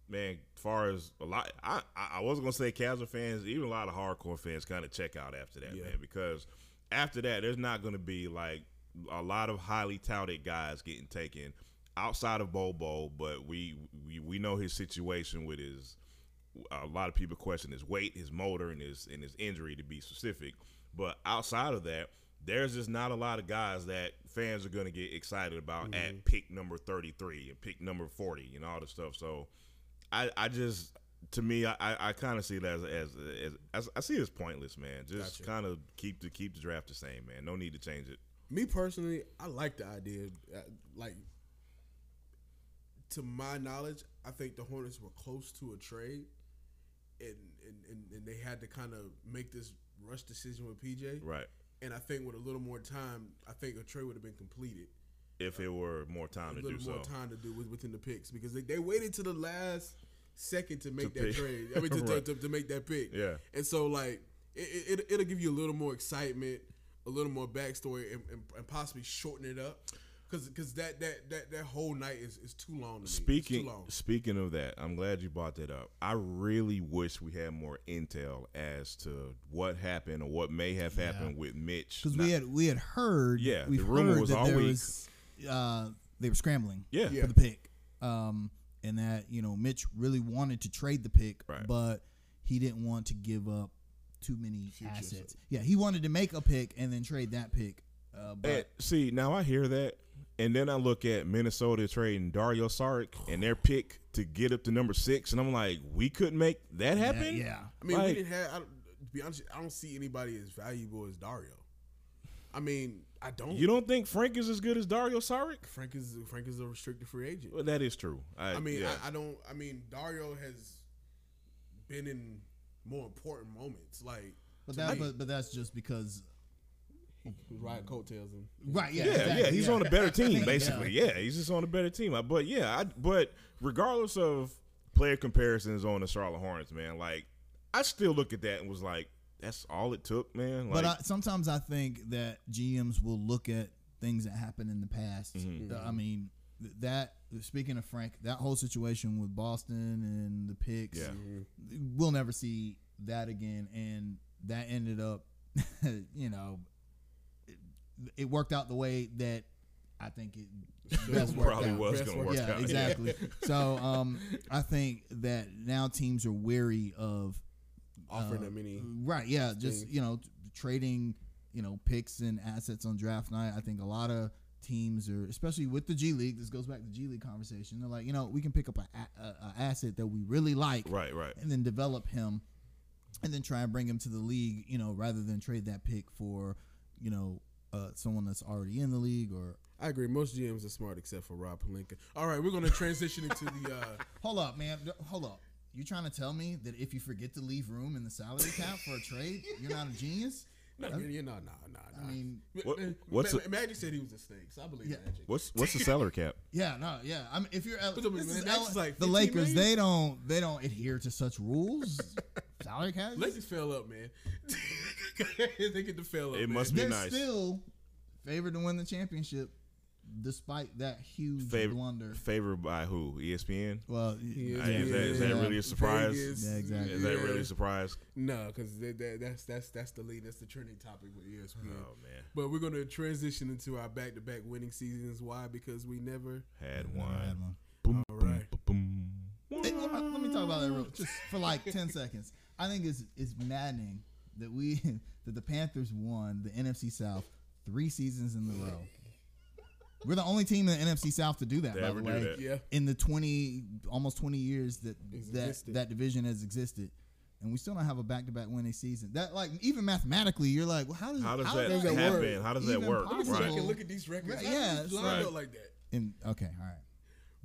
[SPEAKER 2] man far as a lot i i I was gonna say casual fans even a lot of hardcore fans kind of check out after that
[SPEAKER 1] Yeah.
[SPEAKER 2] man because after that there's not gonna be like a lot of highly touted guys getting taken outside of Bobo, but we we, we know his situation with his. A lot of people question his weight, his motor, and his and his injury to be specific. But outside of that, there's just not a lot of guys that fans are going to get excited about
[SPEAKER 1] Mm-hmm.
[SPEAKER 2] at pick number 33 and pick number 40 and all this stuff. So I, I just, to me, I, I- I kind of see it as, as, as, as, I see it as pointless, man. Just
[SPEAKER 1] Gotcha.
[SPEAKER 2] kind of keep the, keep the draft the same, man. No need to change it.
[SPEAKER 1] [laughs] Me personally, I like the idea. Uh, Like, to my knowledge, I think the Hornets were close to a trade, and and, and, and they had to kind of make this rush decision with PJ.
[SPEAKER 2] Right.
[SPEAKER 1] And I think with a little more time, I think a trade would have been completed.
[SPEAKER 2] If it were more time
[SPEAKER 1] A
[SPEAKER 2] to do
[SPEAKER 1] little
[SPEAKER 2] so.
[SPEAKER 1] more time to do with, within the picks because they, they waited to the last second to make that
[SPEAKER 2] pick.
[SPEAKER 1] trade. I mean,
[SPEAKER 2] [laughs]
[SPEAKER 1] to, to-
[SPEAKER 2] Right.
[SPEAKER 1] to, to make that pick.
[SPEAKER 2] Yeah.
[SPEAKER 1] And so, like, it, it, it'll give you a little more excitement, a little more backstory, and, and, and possibly shorten it up. Because cause that, that, that, that whole night is, is too long to me. It's
[SPEAKER 2] Speaking
[SPEAKER 1] too long.
[SPEAKER 2] speaking of that, I'm glad you brought that up. I really wish we had more intel as to what happened or what may have happened with Mitch.
[SPEAKER 3] because
[SPEAKER 2] not-
[SPEAKER 3] we had we had heard.
[SPEAKER 2] Yeah,
[SPEAKER 3] we've
[SPEAKER 2] the rumor
[SPEAKER 3] heard
[SPEAKER 2] was
[SPEAKER 3] that
[SPEAKER 2] all
[SPEAKER 3] there
[SPEAKER 2] week.
[SPEAKER 3] was uh, they were scrambling
[SPEAKER 2] yeah,
[SPEAKER 1] Yeah.
[SPEAKER 3] for the pick, um, and that you know Mitch really wanted to trade the pick,
[SPEAKER 2] Right.
[SPEAKER 3] but he didn't want to give up too many
[SPEAKER 1] Future,
[SPEAKER 3] assets. Yeah, he wanted to make a pick and then trade that pick. Uh, but
[SPEAKER 2] And- eh, see, now I hear that, and then I look at Minnesota trading Dario Saric and their pick to get up to number six, and I'm like, we couldn't make that
[SPEAKER 3] that-
[SPEAKER 2] happen.
[SPEAKER 3] yeah,
[SPEAKER 1] I mean, we
[SPEAKER 2] Like-
[SPEAKER 1] didn't have. I, don't- to be honest, I don't see anybody as valuable as Dario. I mean, I don't.
[SPEAKER 2] You don't think Frank is as good as Dario Saric?
[SPEAKER 1] Frank is Frank is a restricted free agent.
[SPEAKER 2] Well, that is true. I,
[SPEAKER 1] I mean,
[SPEAKER 2] yeah.
[SPEAKER 1] I, I don't. I mean, Dario has been in more important moments, like
[SPEAKER 3] but
[SPEAKER 1] to
[SPEAKER 3] that
[SPEAKER 1] me.
[SPEAKER 3] but, but that's just because
[SPEAKER 2] Mm.
[SPEAKER 1] Ryan coattails him.
[SPEAKER 3] right. Yeah,
[SPEAKER 2] yeah,
[SPEAKER 3] exactly,
[SPEAKER 2] yeah, he's on a better
[SPEAKER 3] [laughs]
[SPEAKER 2] team,
[SPEAKER 3] Yeah.
[SPEAKER 2] basically. yeah. he's just on a better team. I- But yeah, I, but regardless of player comparisons on the Charlotte Hornets, man, like I still look at that and was like, that's all it took, man. Like,
[SPEAKER 3] But I, sometimes I think that GMs will look at things that happened in the past.
[SPEAKER 2] Mm-hmm.
[SPEAKER 3] Th- I mean, th- that speaking of Frank, that whole situation with Boston and the picks, [laughs]
[SPEAKER 2] Yeah.
[SPEAKER 3] we'll never see that again. And that ended up, [laughs] you know, it, it worked out the way that I think
[SPEAKER 2] [laughs]
[SPEAKER 3] it best worked
[SPEAKER 2] probably
[SPEAKER 3] out.
[SPEAKER 2] was
[SPEAKER 1] Best
[SPEAKER 2] going to
[SPEAKER 1] work-
[SPEAKER 2] work
[SPEAKER 3] yeah,
[SPEAKER 2] out.
[SPEAKER 3] exactly. so um, I think that now teams are wary of
[SPEAKER 1] Offering
[SPEAKER 3] uh,
[SPEAKER 1] that many.
[SPEAKER 2] mm.
[SPEAKER 3] Right. Yeah. Just
[SPEAKER 1] things.
[SPEAKER 3] you know, t- trading you know picks and assets on draft night. I think a lot of teams are, especially with the G League. This goes back to G League conversation. They're like, you know, we can pick up an a, a asset that we really like,
[SPEAKER 2] [laughs] Right, right.
[SPEAKER 3] and then develop him, and then try and bring him to the league. You know, rather than trade that pick for, you know. Uh, someone that's already in the league, or
[SPEAKER 1] I agree. Most GMs are smart except for Rob Palinka. All right, we're going to transition into the.
[SPEAKER 2] [laughs]
[SPEAKER 1] Uh,
[SPEAKER 3] hold up, man, D- hold up. You trying to tell me that if you forget to leave room in the salary cap for a trade, you're not a genius?
[SPEAKER 1] no, you know, nah, nah, nah.
[SPEAKER 3] I mean,
[SPEAKER 2] What-
[SPEAKER 1] Ma-
[SPEAKER 2] what's
[SPEAKER 1] Ma-
[SPEAKER 2] a-
[SPEAKER 1] Magic said he was a snake, so I believe
[SPEAKER 3] Yeah.
[SPEAKER 1] Magic.
[SPEAKER 2] What's what's the salary
[SPEAKER 3] [laughs]
[SPEAKER 2] cap?
[SPEAKER 3] Yeah, no, yeah. I mean, if you're L-
[SPEAKER 1] What's up,
[SPEAKER 3] this
[SPEAKER 1] man?
[SPEAKER 3] is
[SPEAKER 1] That's
[SPEAKER 3] L-
[SPEAKER 1] just like
[SPEAKER 3] the
[SPEAKER 1] 15
[SPEAKER 3] Lakers,
[SPEAKER 1] million?
[SPEAKER 3] they don't they don't adhere to such rules. Salary caps.
[SPEAKER 1] Lakers fell up, man. [laughs] they get to fail up.
[SPEAKER 2] It
[SPEAKER 1] man.
[SPEAKER 2] must be
[SPEAKER 3] They're
[SPEAKER 2] nice.
[SPEAKER 3] still favored to win the championship, despite that huge
[SPEAKER 2] Favor-
[SPEAKER 3] blunder.
[SPEAKER 2] Favored by who? E ESPN.
[SPEAKER 3] Well,
[SPEAKER 1] Yeah,
[SPEAKER 2] Uh, is that- is that
[SPEAKER 1] yeah.
[SPEAKER 2] really a surprise?
[SPEAKER 1] Vegas,
[SPEAKER 3] Yeah, exactly.
[SPEAKER 2] Is that
[SPEAKER 1] yeah.
[SPEAKER 2] really a surprise?
[SPEAKER 1] No, because that, that, that's that's that's the lead. That's the trending topic with E ESPN.
[SPEAKER 2] Oh man,
[SPEAKER 1] But we're going to transition into our back-to-back winning seasons. Why? Because we never.
[SPEAKER 2] had
[SPEAKER 3] I had
[SPEAKER 2] one.
[SPEAKER 3] one.
[SPEAKER 2] Boom,
[SPEAKER 1] All
[SPEAKER 2] boom,
[SPEAKER 1] right.
[SPEAKER 2] boom, boom.
[SPEAKER 3] Hey, let me- let me talk about that real, just for
[SPEAKER 2] [laughs]
[SPEAKER 3] like ten seconds. I think it's it's maddening that we [laughs] that the Panthers won the NFC South three seasons in a row. We're the only team in the NFC South to do that.
[SPEAKER 2] They
[SPEAKER 3] by
[SPEAKER 2] ever
[SPEAKER 3] the
[SPEAKER 2] do
[SPEAKER 3] way,
[SPEAKER 2] that.
[SPEAKER 1] Yeah.
[SPEAKER 3] in the 20 almost 20 years that
[SPEAKER 1] It's
[SPEAKER 3] that,
[SPEAKER 1] existed.
[SPEAKER 3] that division has existed and we still don't have a back-to-back winning season that like even mathematically you're like well, how does,
[SPEAKER 2] How does
[SPEAKER 3] how
[SPEAKER 2] that,
[SPEAKER 3] does
[SPEAKER 1] that
[SPEAKER 2] happen?
[SPEAKER 1] work?
[SPEAKER 2] How does that
[SPEAKER 3] Even
[SPEAKER 2] work?
[SPEAKER 3] possible.
[SPEAKER 1] I
[SPEAKER 2] Right.
[SPEAKER 1] can look at these records.
[SPEAKER 3] Right,
[SPEAKER 1] How
[SPEAKER 3] yeah,
[SPEAKER 1] do
[SPEAKER 3] it's
[SPEAKER 1] these
[SPEAKER 2] right.
[SPEAKER 1] lined up like that.
[SPEAKER 3] in, okay all right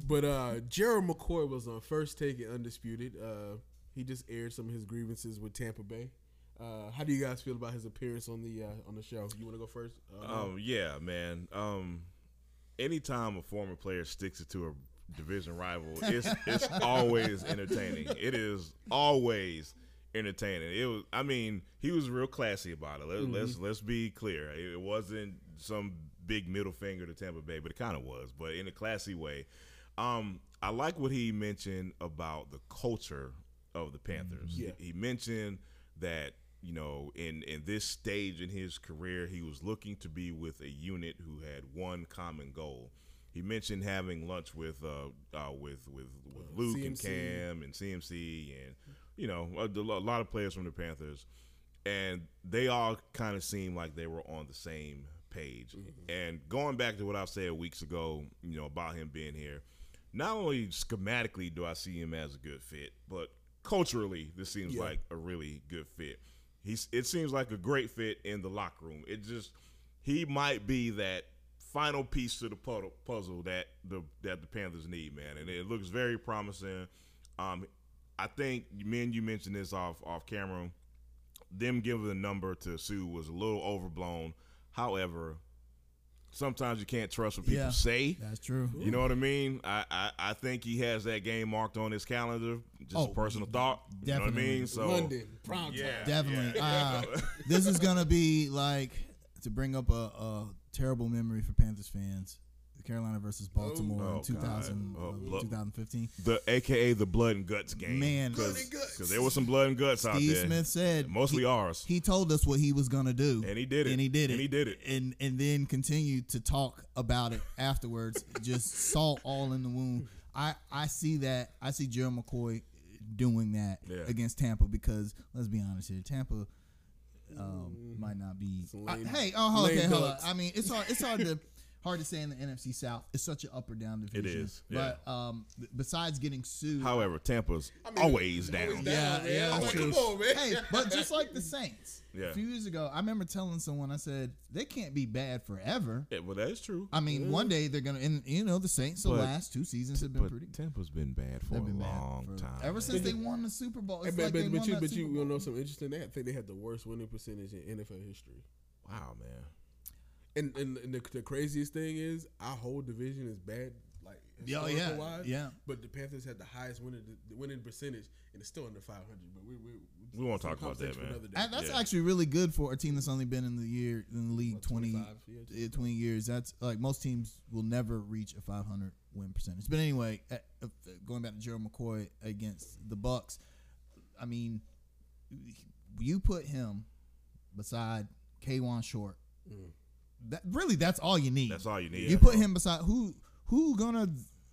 [SPEAKER 1] But uh Gerald McCoy was on First Take and Undisputed. Uh he just aired some of his grievances with Tampa Bay. Uh how do you guys feel about his appearance on the uh on the show? You wanna go first? Uh,
[SPEAKER 2] Um, yeah, man. Um, anytime a former player sticks it to a division rival, it's it's always entertaining. It is always entertaining. It was. I mean, he was real classy about it. Let, Let's let's be clear. It it wasn't some big middle finger to Tampa Bay, but it kind of was, but in a classy way. Um, I like what he mentioned about the culture of the Panthers.
[SPEAKER 1] Yeah.
[SPEAKER 2] He, he mentioned that you know, in in this stage in his career, he was looking to be with a unit who had one common goal. He mentioned having lunch with uh, uh with with with Luke and
[SPEAKER 1] CMC.
[SPEAKER 2] Cam and CMC and you know a, a lo- a lot of players from the Panthers, and they all kind of seemed like they were on the same page. And going back to what I said weeks ago, you know about him being here, not only schematically do I see him as a good fit, but culturally this seems
[SPEAKER 1] Yeah.
[SPEAKER 2] like a really good fit. He's it seems like a great fit in the locker room. It just he might be that final piece to the puddle, puzzle that the that the Panthers need, man. And it looks very promising. Um, I think me and you mentioned this off off camera. Them giving the number to Sue was a little overblown. However, sometimes you can't trust what people
[SPEAKER 3] Yeah.
[SPEAKER 2] say.
[SPEAKER 3] That's true.
[SPEAKER 2] You know what I mean? I, I, I think he has that game marked on his calendar. Just
[SPEAKER 3] Oh,
[SPEAKER 2] a personal thought. You know what I
[SPEAKER 3] definitely.
[SPEAKER 2] mean? So
[SPEAKER 1] London prime
[SPEAKER 2] Yeah.
[SPEAKER 1] time.
[SPEAKER 3] Definitely.
[SPEAKER 2] [laughs]
[SPEAKER 3] Uh, this is gonna be like to bring up a, a terrible memory for Panthers fans. The Carolina versus Baltimore
[SPEAKER 2] Oh,
[SPEAKER 3] in 2000,
[SPEAKER 2] God. Oh,
[SPEAKER 3] uh,
[SPEAKER 2] look.
[SPEAKER 3] 2015.
[SPEAKER 2] the AKA the blood and guts game.
[SPEAKER 3] Man. Blood
[SPEAKER 1] and guts.
[SPEAKER 2] because there was some blood and guts out
[SPEAKER 3] Steve
[SPEAKER 2] there.
[SPEAKER 3] Smith said
[SPEAKER 2] mostly
[SPEAKER 3] he,
[SPEAKER 2] ours.
[SPEAKER 3] he told us what he was gonna do,
[SPEAKER 2] And he did it.
[SPEAKER 3] and he did it,
[SPEAKER 2] And he did it.
[SPEAKER 3] and and then continued to talk about it [laughs] afterwards. just salt all in the wound. I I see that. I see Gerald McCoy doing that
[SPEAKER 2] Yeah.
[SPEAKER 3] against Tampa because let's be honest here, Tampa. Um, might not be.
[SPEAKER 1] Some
[SPEAKER 3] I-
[SPEAKER 1] Mm. lame-
[SPEAKER 3] hey, oh, okay,
[SPEAKER 1] lame
[SPEAKER 3] hold on.
[SPEAKER 1] ducks.
[SPEAKER 3] I mean, it's hard. It's
[SPEAKER 1] [laughs]
[SPEAKER 3] hard to hard to say in the NFC South. It's such an up or down division.
[SPEAKER 2] is, yeah.
[SPEAKER 3] But um, b- besides getting sued,
[SPEAKER 2] However, Tampa's
[SPEAKER 1] mean,
[SPEAKER 2] always down.
[SPEAKER 1] Always down,
[SPEAKER 3] Yeah,
[SPEAKER 1] man.
[SPEAKER 3] yeah,
[SPEAKER 1] I'm
[SPEAKER 3] I
[SPEAKER 1] like,
[SPEAKER 3] choose-
[SPEAKER 1] come on, man.
[SPEAKER 3] hey, but just like the Saints.
[SPEAKER 2] Yeah.
[SPEAKER 3] A few years ago, I remember telling someone, I said, they can't be bad forever.
[SPEAKER 2] Yeah, well, that is true.
[SPEAKER 3] I mean, one day they're going to, and you know, the Saints, the
[SPEAKER 2] But-
[SPEAKER 3] last two seasons have been
[SPEAKER 2] But
[SPEAKER 3] pretty.
[SPEAKER 2] Tampa's been bad for
[SPEAKER 3] They've
[SPEAKER 2] a
[SPEAKER 3] been bad
[SPEAKER 2] long
[SPEAKER 3] for-
[SPEAKER 2] time.
[SPEAKER 3] Ever
[SPEAKER 2] man.
[SPEAKER 3] since they won the Super Bowl. It's
[SPEAKER 1] But,
[SPEAKER 3] like
[SPEAKER 1] but-
[SPEAKER 3] they
[SPEAKER 1] but
[SPEAKER 3] won
[SPEAKER 1] you
[SPEAKER 3] that
[SPEAKER 1] but you
[SPEAKER 3] Super
[SPEAKER 1] you
[SPEAKER 3] Bowl.
[SPEAKER 1] know something interesting? They, I think they had the worst winning percentage in NFL history.
[SPEAKER 2] wow, man.
[SPEAKER 1] And and, and the, the craziest thing is our whole division is bad. Like
[SPEAKER 3] Yeah, oh, yeah.
[SPEAKER 1] historical-wise,
[SPEAKER 3] Yeah.
[SPEAKER 1] But the Panthers had the highest winning the winning percentage, and it's still under five hundred. But we we
[SPEAKER 2] We won't talk
[SPEAKER 1] it's a
[SPEAKER 2] about that,
[SPEAKER 1] conversation for
[SPEAKER 2] man.
[SPEAKER 1] another day.
[SPEAKER 3] And that's
[SPEAKER 2] Yeah.
[SPEAKER 3] actually really good for a team that's only been in the year in the league
[SPEAKER 1] What,
[SPEAKER 3] 20,
[SPEAKER 1] 25, yeah,
[SPEAKER 3] uh, 20 years. That's like most teams will never reach a 500 win percentage. But anyway, uh, uh, going back to Gerald McCoy against the Bucks, I mean, you put him beside Kwan Short. That really, that's all you need.
[SPEAKER 2] Mm. That's all you need.
[SPEAKER 3] You put him beside who? Who gonna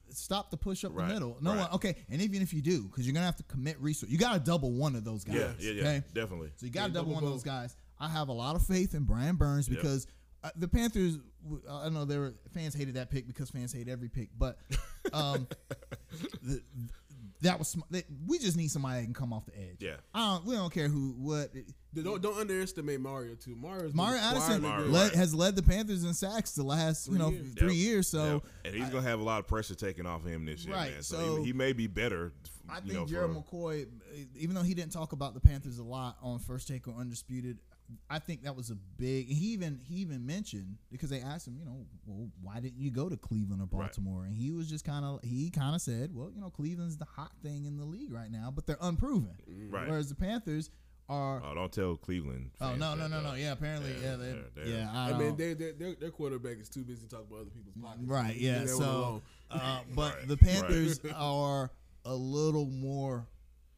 [SPEAKER 3] stop the push up the
[SPEAKER 2] Right,
[SPEAKER 3] middle? No
[SPEAKER 2] right.
[SPEAKER 3] one. Okay, and even if you do, because you're gonna have to commit resource. You gotta double one of those guys.
[SPEAKER 2] Yeah, yeah, yeah.
[SPEAKER 3] okay?
[SPEAKER 2] Definitely.
[SPEAKER 3] So you got to
[SPEAKER 1] Yeah,
[SPEAKER 3] double
[SPEAKER 1] double
[SPEAKER 3] one of those
[SPEAKER 1] vote.
[SPEAKER 3] guys. I have a lot of faith in Brian Burns
[SPEAKER 2] Yep.
[SPEAKER 3] because uh, the Panthers. w- uh, I know there were fans hated that pick because fans hate every pick, but um, the, that was sm- that, we just need somebody that can come off the edge.
[SPEAKER 2] Yeah.
[SPEAKER 3] I don't, we don't care who what.
[SPEAKER 1] Don't don't underestimate Mario too. Mario's
[SPEAKER 3] Mario Addison
[SPEAKER 2] Mario,
[SPEAKER 3] led,
[SPEAKER 2] right.
[SPEAKER 3] has led the Panthers in sacks the last you know
[SPEAKER 1] years.
[SPEAKER 3] three
[SPEAKER 2] Yep.
[SPEAKER 3] years. So
[SPEAKER 2] Yep. and he's gonna have a lot of pressure taken off him this year,
[SPEAKER 3] Right,
[SPEAKER 2] man. So,
[SPEAKER 3] so-
[SPEAKER 2] he, he may be better. f-
[SPEAKER 3] I
[SPEAKER 2] you
[SPEAKER 3] think
[SPEAKER 2] know,
[SPEAKER 3] Gerald
[SPEAKER 2] for-
[SPEAKER 3] McCoy, eh, even though he didn't talk about the Panthers a lot on First Take or Undisputed, I think that was a big. He even he even mentioned because they asked him, you know, well, why didn't you go to Cleveland or
[SPEAKER 2] Right.
[SPEAKER 3] Baltimore? And he was just kind of he kind of said, well, you know, Cleveland's the hot thing in the league right now, but they're unproven.
[SPEAKER 2] Right.
[SPEAKER 3] Whereas the Panthers are.
[SPEAKER 2] Oh, don't tell Cleveland.
[SPEAKER 3] oh
[SPEAKER 2] fans
[SPEAKER 3] no no
[SPEAKER 2] that, uh,
[SPEAKER 3] no
[SPEAKER 2] though.
[SPEAKER 3] no! Yeah, apparently yeah
[SPEAKER 2] Yeah,
[SPEAKER 3] they,
[SPEAKER 2] they're- they're-
[SPEAKER 3] yeah.
[SPEAKER 1] I
[SPEAKER 3] I,
[SPEAKER 1] mean,
[SPEAKER 3] don't-
[SPEAKER 1] they, they, their their quarterback is too busy talking about other people's pockets.
[SPEAKER 3] Mm, Right.
[SPEAKER 1] Leave
[SPEAKER 3] Yeah.
[SPEAKER 1] that one
[SPEAKER 3] So,
[SPEAKER 1] alone.
[SPEAKER 2] [laughs]
[SPEAKER 3] uh, but
[SPEAKER 2] Right,
[SPEAKER 3] the
[SPEAKER 2] right.
[SPEAKER 3] Panthers are a little more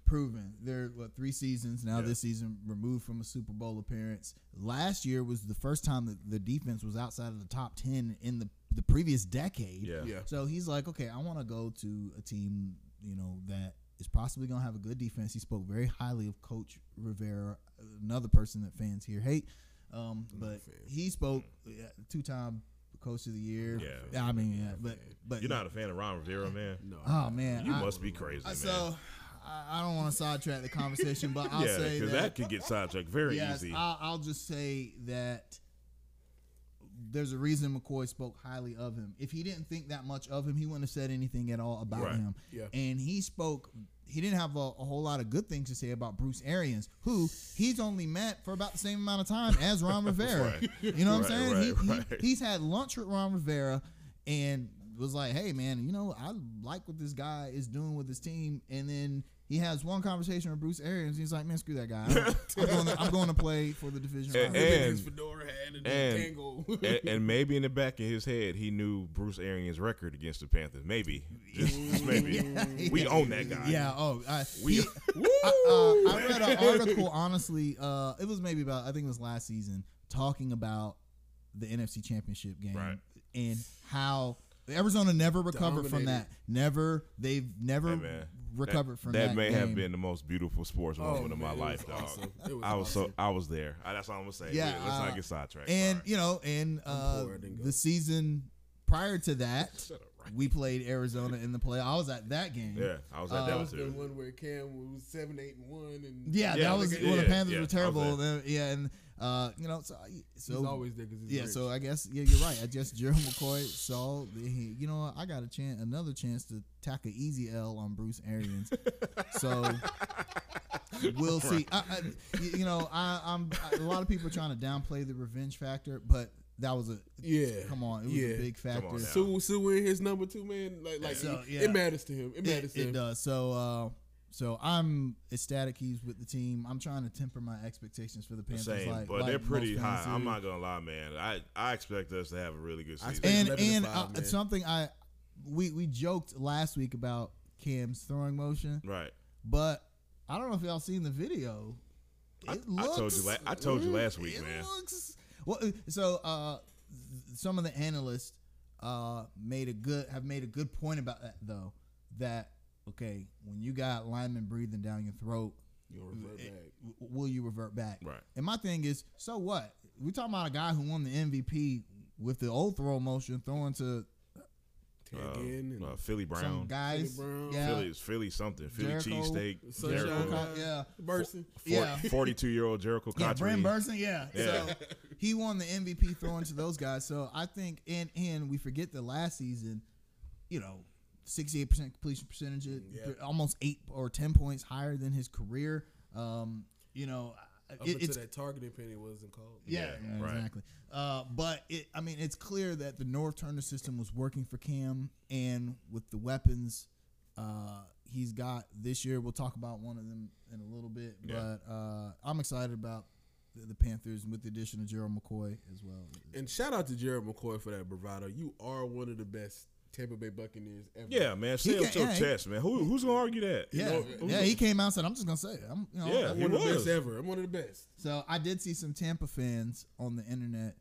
[SPEAKER 3] proven. They're what three seasons now.
[SPEAKER 2] Yeah.
[SPEAKER 3] This season removed from a Super Bowl appearance. Last year was the first time that the defense was outside of the top ten in the the previous decade.
[SPEAKER 2] Yeah.
[SPEAKER 1] yeah,
[SPEAKER 3] So he's like, okay, I want to go to a team, you know, that is possibly going to have a good defense. He spoke very highly of Coach Rivera, another person that fans here hate. Um, but he spoke yeah, two-time Coach of the Year.
[SPEAKER 2] Yeah.
[SPEAKER 3] I mean, yeah, but but
[SPEAKER 2] You're not a fan of Ron Rivera, man.
[SPEAKER 1] no.
[SPEAKER 3] Oh man,
[SPEAKER 2] You
[SPEAKER 3] I-
[SPEAKER 2] must be crazy,
[SPEAKER 3] I-
[SPEAKER 2] man.
[SPEAKER 3] so I, I don't want to sidetrack the conversation,
[SPEAKER 2] [laughs]
[SPEAKER 3] but I'll
[SPEAKER 2] yeah,
[SPEAKER 3] say
[SPEAKER 2] because
[SPEAKER 3] that,
[SPEAKER 2] that, could get sidetracked very
[SPEAKER 3] yes,
[SPEAKER 2] easy.
[SPEAKER 3] I'll, I'll just say that there's a reason McCoy spoke highly of him. If he didn't think that much of him, he wouldn't have said anything at all about
[SPEAKER 2] Right.
[SPEAKER 3] him.
[SPEAKER 1] Yeah.
[SPEAKER 3] And he spoke. He didn't have a, a whole lot of good things to say about Bruce Arians, who he's only met for about the same amount of time as
[SPEAKER 2] [laughs]
[SPEAKER 3] Ron Rivera.
[SPEAKER 2] Right.
[SPEAKER 3] You know
[SPEAKER 2] Right,
[SPEAKER 3] what I'm saying?
[SPEAKER 2] right,
[SPEAKER 3] he, he-
[SPEAKER 2] right.
[SPEAKER 3] he's had lunch with Ron Rivera and was like, "Hey, man, you know, I like what this guy is doing with his team." And then He has one conversation with Bruce Arians. He's like, man, screw that guy.
[SPEAKER 2] [laughs]
[SPEAKER 3] I'm, I'm going, to, I'm going to play for the division.
[SPEAKER 2] And-
[SPEAKER 3] rival."
[SPEAKER 1] Look at his
[SPEAKER 2] and-
[SPEAKER 1] fedora hat and,
[SPEAKER 2] and-
[SPEAKER 1] the tangle. [laughs]
[SPEAKER 2] and, and maybe in the back of his head, he knew Bruce Arians' record against the Panthers. Maybe, just, just maybe, we own that guy.
[SPEAKER 3] Yeah. Oh, I,
[SPEAKER 2] we.
[SPEAKER 3] he- I, uh, I read an article. Honestly, uh, it was maybe about I think it was last season talking about the NFC Championship game
[SPEAKER 2] Right.
[SPEAKER 3] and how Arizona never recovered from
[SPEAKER 1] Dominated.
[SPEAKER 3] that. Never. They've never
[SPEAKER 2] Hey, man.
[SPEAKER 3] recovered
[SPEAKER 2] that,
[SPEAKER 3] from that.
[SPEAKER 2] that may have
[SPEAKER 3] game. Oh,
[SPEAKER 2] been the most beautiful sports moment of my
[SPEAKER 1] Oh, man, it
[SPEAKER 2] life,
[SPEAKER 1] was
[SPEAKER 2] dog.
[SPEAKER 1] awesome. It was
[SPEAKER 2] I was so
[SPEAKER 1] awesome.
[SPEAKER 2] I was there. I, that's all I'm gonna say.
[SPEAKER 3] Yeah,
[SPEAKER 2] Yeah, let's
[SPEAKER 3] uh,
[SPEAKER 2] not get sidetracked.
[SPEAKER 3] And
[SPEAKER 2] Sorry.
[SPEAKER 3] you know, and uh,
[SPEAKER 1] poor, I didn't go.
[SPEAKER 3] the season prior to that,
[SPEAKER 2] Shut up, [laughs] right?
[SPEAKER 3] we played Arizona in the play. I was at that game.
[SPEAKER 2] yeah, [laughs] I was at
[SPEAKER 3] uh,
[SPEAKER 2] that
[SPEAKER 1] That
[SPEAKER 2] one
[SPEAKER 1] was the
[SPEAKER 2] too.
[SPEAKER 1] one where Cam was seven, eight, and one, and
[SPEAKER 3] Yeah,
[SPEAKER 2] Yeah,
[SPEAKER 3] that was
[SPEAKER 2] like,
[SPEAKER 3] well. The
[SPEAKER 2] yeah,
[SPEAKER 3] Panthers
[SPEAKER 2] yeah, I
[SPEAKER 3] were
[SPEAKER 2] was
[SPEAKER 3] terrible. Then- Yeah, and uh, you know, so
[SPEAKER 1] he's
[SPEAKER 3] so
[SPEAKER 1] always there because
[SPEAKER 3] yeah, so I guess yeah, you're right. I guess Gerald McCoy saw that he, you know, what, I got a chance, another chance to tack an easy L on Bruce
[SPEAKER 2] [laughs]
[SPEAKER 3] Arians. so [laughs] we'll see. I, I, y- you know, I, I'm I, am a lot of people are trying to downplay the revenge factor, but that was a
[SPEAKER 1] yeah.
[SPEAKER 3] come on, it was
[SPEAKER 1] Yeah.
[SPEAKER 3] a big
[SPEAKER 2] on
[SPEAKER 3] factor.
[SPEAKER 2] now.
[SPEAKER 1] Sue Sue win his number two man. Like like
[SPEAKER 3] So,
[SPEAKER 1] he-
[SPEAKER 3] yeah.
[SPEAKER 1] it matters to him. It matters to
[SPEAKER 3] It, it
[SPEAKER 1] him.
[SPEAKER 3] does. So, uh, so I'm ecstatic he's with the team. I'm trying to temper my expectations for the
[SPEAKER 2] [laughs]
[SPEAKER 3] Panthers.
[SPEAKER 2] Same,
[SPEAKER 3] like,
[SPEAKER 2] but
[SPEAKER 3] like
[SPEAKER 2] they're pretty
[SPEAKER 3] most
[SPEAKER 2] high.
[SPEAKER 3] fans
[SPEAKER 2] I'm
[SPEAKER 3] do.
[SPEAKER 2] not gonna lie, man. I I expect us to have a really good
[SPEAKER 1] I
[SPEAKER 2] season.
[SPEAKER 1] expect-
[SPEAKER 3] and
[SPEAKER 1] 11 to
[SPEAKER 3] and
[SPEAKER 1] five,
[SPEAKER 3] uh,
[SPEAKER 1] man.
[SPEAKER 3] something I we we joked last week about Cam's throwing motion,
[SPEAKER 2] right.
[SPEAKER 3] but I don't know if y'all seen the video. It
[SPEAKER 2] I told you la- I told you last week,
[SPEAKER 3] it
[SPEAKER 2] man.
[SPEAKER 3] Looks, well, uh, so uh, th- some of the analysts uh, made a good have made a good point about that though. That okay, when you got linemen breathing down your throat,
[SPEAKER 1] You gonna revert
[SPEAKER 3] it-
[SPEAKER 1] back.
[SPEAKER 3] w- will you revert back?
[SPEAKER 2] Right.
[SPEAKER 3] And my thing is, so what? We're talking about a guy who won the MVP with the old throw motion, throwing to
[SPEAKER 1] Tag in and
[SPEAKER 2] Uh, uh, Philly
[SPEAKER 3] some
[SPEAKER 2] Brown.
[SPEAKER 3] guys.
[SPEAKER 1] Philly Brown.
[SPEAKER 3] Yeah.
[SPEAKER 2] Philly is Philly something. Philly
[SPEAKER 3] Jericho.
[SPEAKER 2] cheesesteak.
[SPEAKER 1] Sunshine
[SPEAKER 2] Jericho.
[SPEAKER 1] Guy.
[SPEAKER 3] Yeah.
[SPEAKER 1] Burson.
[SPEAKER 3] Yeah.
[SPEAKER 2] Forty-two year old Jericho
[SPEAKER 3] Yeah,
[SPEAKER 2] Cotchery.
[SPEAKER 3] Brent Burson, yeah.
[SPEAKER 2] Yeah.
[SPEAKER 3] So he won the MVP throwing to those guys. So I think and and we forget that last season, you know, sixty eight percent completion percentage,
[SPEAKER 1] Mm,
[SPEAKER 3] almost eight or ten points higher than his career. Um, you know,
[SPEAKER 1] Up
[SPEAKER 3] it-
[SPEAKER 1] until
[SPEAKER 3] it's
[SPEAKER 1] that targeting penny wasn't called.
[SPEAKER 3] Yeah,
[SPEAKER 2] Yeah,
[SPEAKER 3] yeah,
[SPEAKER 2] right.
[SPEAKER 3] exactly. Uh, but it, I mean, it's clear that the North Turner system was working for Cam, and with the weapons uh, he's got this year, we'll talk about one of them in a little bit.
[SPEAKER 2] Yeah.
[SPEAKER 3] But uh, I'm excited about the, the Panthers with the addition of Gerald McCoy as well.
[SPEAKER 1] And shout out to Jared McCoy for that bravado. You are one of the best Tampa Bay Buccaneers ever.
[SPEAKER 2] Yeah, man. Stay
[SPEAKER 3] He
[SPEAKER 2] up
[SPEAKER 3] can-
[SPEAKER 2] your
[SPEAKER 3] yeah, he-
[SPEAKER 2] chest, man. Who who's gonna argue that?
[SPEAKER 3] Yeah,
[SPEAKER 1] know,
[SPEAKER 3] yeah. He came out and said, "I'm just gonna say, it. I'm, you know,
[SPEAKER 2] Yeah,
[SPEAKER 3] I-
[SPEAKER 1] I'm
[SPEAKER 2] He
[SPEAKER 1] one of the
[SPEAKER 2] was.
[SPEAKER 1] best ever. I'm one of the best.
[SPEAKER 3] So I did see some Tampa fans on the internet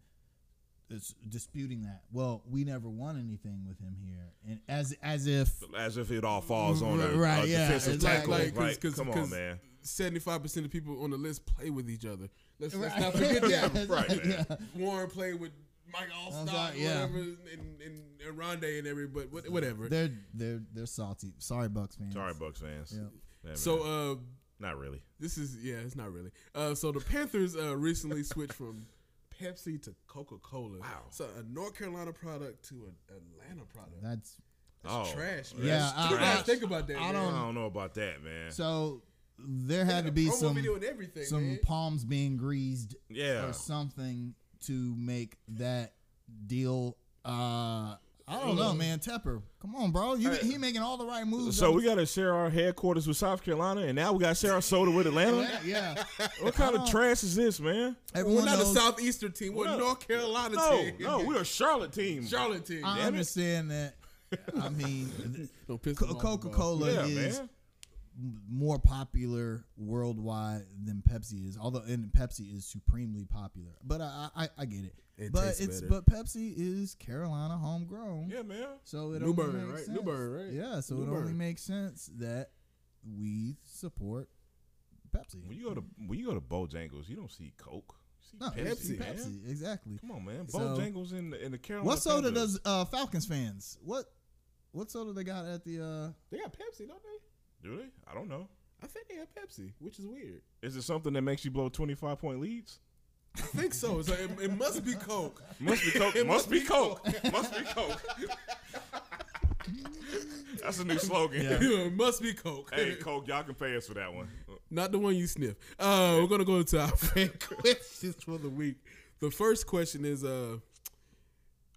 [SPEAKER 3] is disputing that. Well, we never won anything with him here, and as as if
[SPEAKER 2] As if it all falls on a,
[SPEAKER 3] Right,
[SPEAKER 2] a
[SPEAKER 3] yeah,
[SPEAKER 2] defensive
[SPEAKER 3] it's like-
[SPEAKER 2] tackle.
[SPEAKER 1] like, 'cause-
[SPEAKER 2] right?
[SPEAKER 1] 'cause-
[SPEAKER 2] Come on,
[SPEAKER 1] 'cause-
[SPEAKER 2] man.
[SPEAKER 1] Seventy-five percent of people on the list play with each other. Let's, let's
[SPEAKER 3] Right.
[SPEAKER 1] not
[SPEAKER 3] [laughs]
[SPEAKER 1] forget that.
[SPEAKER 3] Yeah,
[SPEAKER 2] Right, man.
[SPEAKER 3] yeah.
[SPEAKER 1] Warren played with Mike Allstar,
[SPEAKER 3] Allstar, yeah.
[SPEAKER 1] whatever, and, and, and Rondé and every, but what- whatever.
[SPEAKER 3] They're they're they're salty. Sorry, Bucks fans.
[SPEAKER 2] Sorry, Bucks fans.
[SPEAKER 3] Yeah.
[SPEAKER 2] Yeah, man.
[SPEAKER 1] So uh,
[SPEAKER 2] not really.
[SPEAKER 1] this is yeah, it's not really. Uh, so the Panthers uh, recently
[SPEAKER 2] [laughs]
[SPEAKER 1] switched from Pepsi to Coca Cola.
[SPEAKER 2] Wow.
[SPEAKER 1] So a North Carolina product to an Atlanta product.
[SPEAKER 3] That's
[SPEAKER 2] oh,
[SPEAKER 1] trash, man.
[SPEAKER 3] Yeah,
[SPEAKER 2] that's
[SPEAKER 3] I-
[SPEAKER 1] you
[SPEAKER 2] trash.
[SPEAKER 1] guys think about that.
[SPEAKER 3] I
[SPEAKER 1] man.
[SPEAKER 2] I
[SPEAKER 3] don't-
[SPEAKER 2] don't know about that, man.
[SPEAKER 3] so. There had to be
[SPEAKER 1] Promo
[SPEAKER 3] some
[SPEAKER 1] video and everything.
[SPEAKER 3] some
[SPEAKER 1] man.
[SPEAKER 3] palms being greased
[SPEAKER 2] yeah,
[SPEAKER 3] or something to make that deal. Uh, I don't
[SPEAKER 1] Mm.
[SPEAKER 3] know, man. Tepper, come on, bro. You,
[SPEAKER 2] Hey.
[SPEAKER 3] he making all the right moves.
[SPEAKER 2] So
[SPEAKER 3] on-
[SPEAKER 2] we got to share our headquarters with South Carolina, and now we got to share our soda with Atlanta.
[SPEAKER 1] [laughs]
[SPEAKER 3] yeah.
[SPEAKER 2] What kind of trash is this, man?
[SPEAKER 1] We're
[SPEAKER 3] Everyone
[SPEAKER 1] not a
[SPEAKER 3] knows.
[SPEAKER 1] southeastern team. We're
[SPEAKER 2] We're
[SPEAKER 1] a
[SPEAKER 2] not-
[SPEAKER 1] North Carolina
[SPEAKER 2] No,
[SPEAKER 1] team.
[SPEAKER 2] no, we're a Charlotte team.
[SPEAKER 1] [laughs] Charlotte team.
[SPEAKER 3] I
[SPEAKER 2] damn it.
[SPEAKER 3] understand that.
[SPEAKER 1] [laughs]
[SPEAKER 3] I mean,
[SPEAKER 1] Don't piss them off, bro.
[SPEAKER 3] Coca Cola
[SPEAKER 2] Yeah,
[SPEAKER 3] is
[SPEAKER 2] man.
[SPEAKER 3] more popular worldwide than Pepsi is, although and Pepsi is supremely popular. But I I, I get it.
[SPEAKER 1] It
[SPEAKER 3] but
[SPEAKER 1] tastes
[SPEAKER 3] it's
[SPEAKER 1] better.
[SPEAKER 3] but Pepsi is Carolina homegrown.
[SPEAKER 2] Yeah, man.
[SPEAKER 3] So it
[SPEAKER 1] New
[SPEAKER 3] only
[SPEAKER 1] Bern,
[SPEAKER 3] makes
[SPEAKER 1] right?
[SPEAKER 3] sense.
[SPEAKER 1] New Bern, right?
[SPEAKER 3] Yeah. So
[SPEAKER 1] New
[SPEAKER 3] it only
[SPEAKER 1] Bern.
[SPEAKER 3] makes sense that we support
[SPEAKER 2] When
[SPEAKER 3] Pepsi.
[SPEAKER 2] you go to when you go to Bojangles, you don't see Coke. You see
[SPEAKER 3] No,
[SPEAKER 2] Pepsi,
[SPEAKER 3] Pepsi,
[SPEAKER 2] man.
[SPEAKER 3] Pepsi, exactly.
[SPEAKER 2] Come on, man.
[SPEAKER 3] So-
[SPEAKER 2] Bojangles in the, in the Carolina.
[SPEAKER 3] What soda
[SPEAKER 2] Panthers.
[SPEAKER 3] does uh, Falcons fans? What what soda they got at the? Uh,
[SPEAKER 1] They got Pepsi, don't they?
[SPEAKER 2] do they? I don't know.
[SPEAKER 1] I think they have Pepsi, which is weird.
[SPEAKER 2] Is it something that makes you blow twenty five point leads?
[SPEAKER 1] I think so. So it, it must be Coke. [laughs]
[SPEAKER 2] Must
[SPEAKER 3] [laughs]
[SPEAKER 2] be Coke. must, be Coke. [laughs] must be Coke. That's a new slogan.
[SPEAKER 1] it must be Coke.
[SPEAKER 2] [laughs] Hey, Coke, y'all can pay us for that one.
[SPEAKER 1] Not the one you sniff. Uh, we're gonna go to our fan questions for the week. The first question is uh,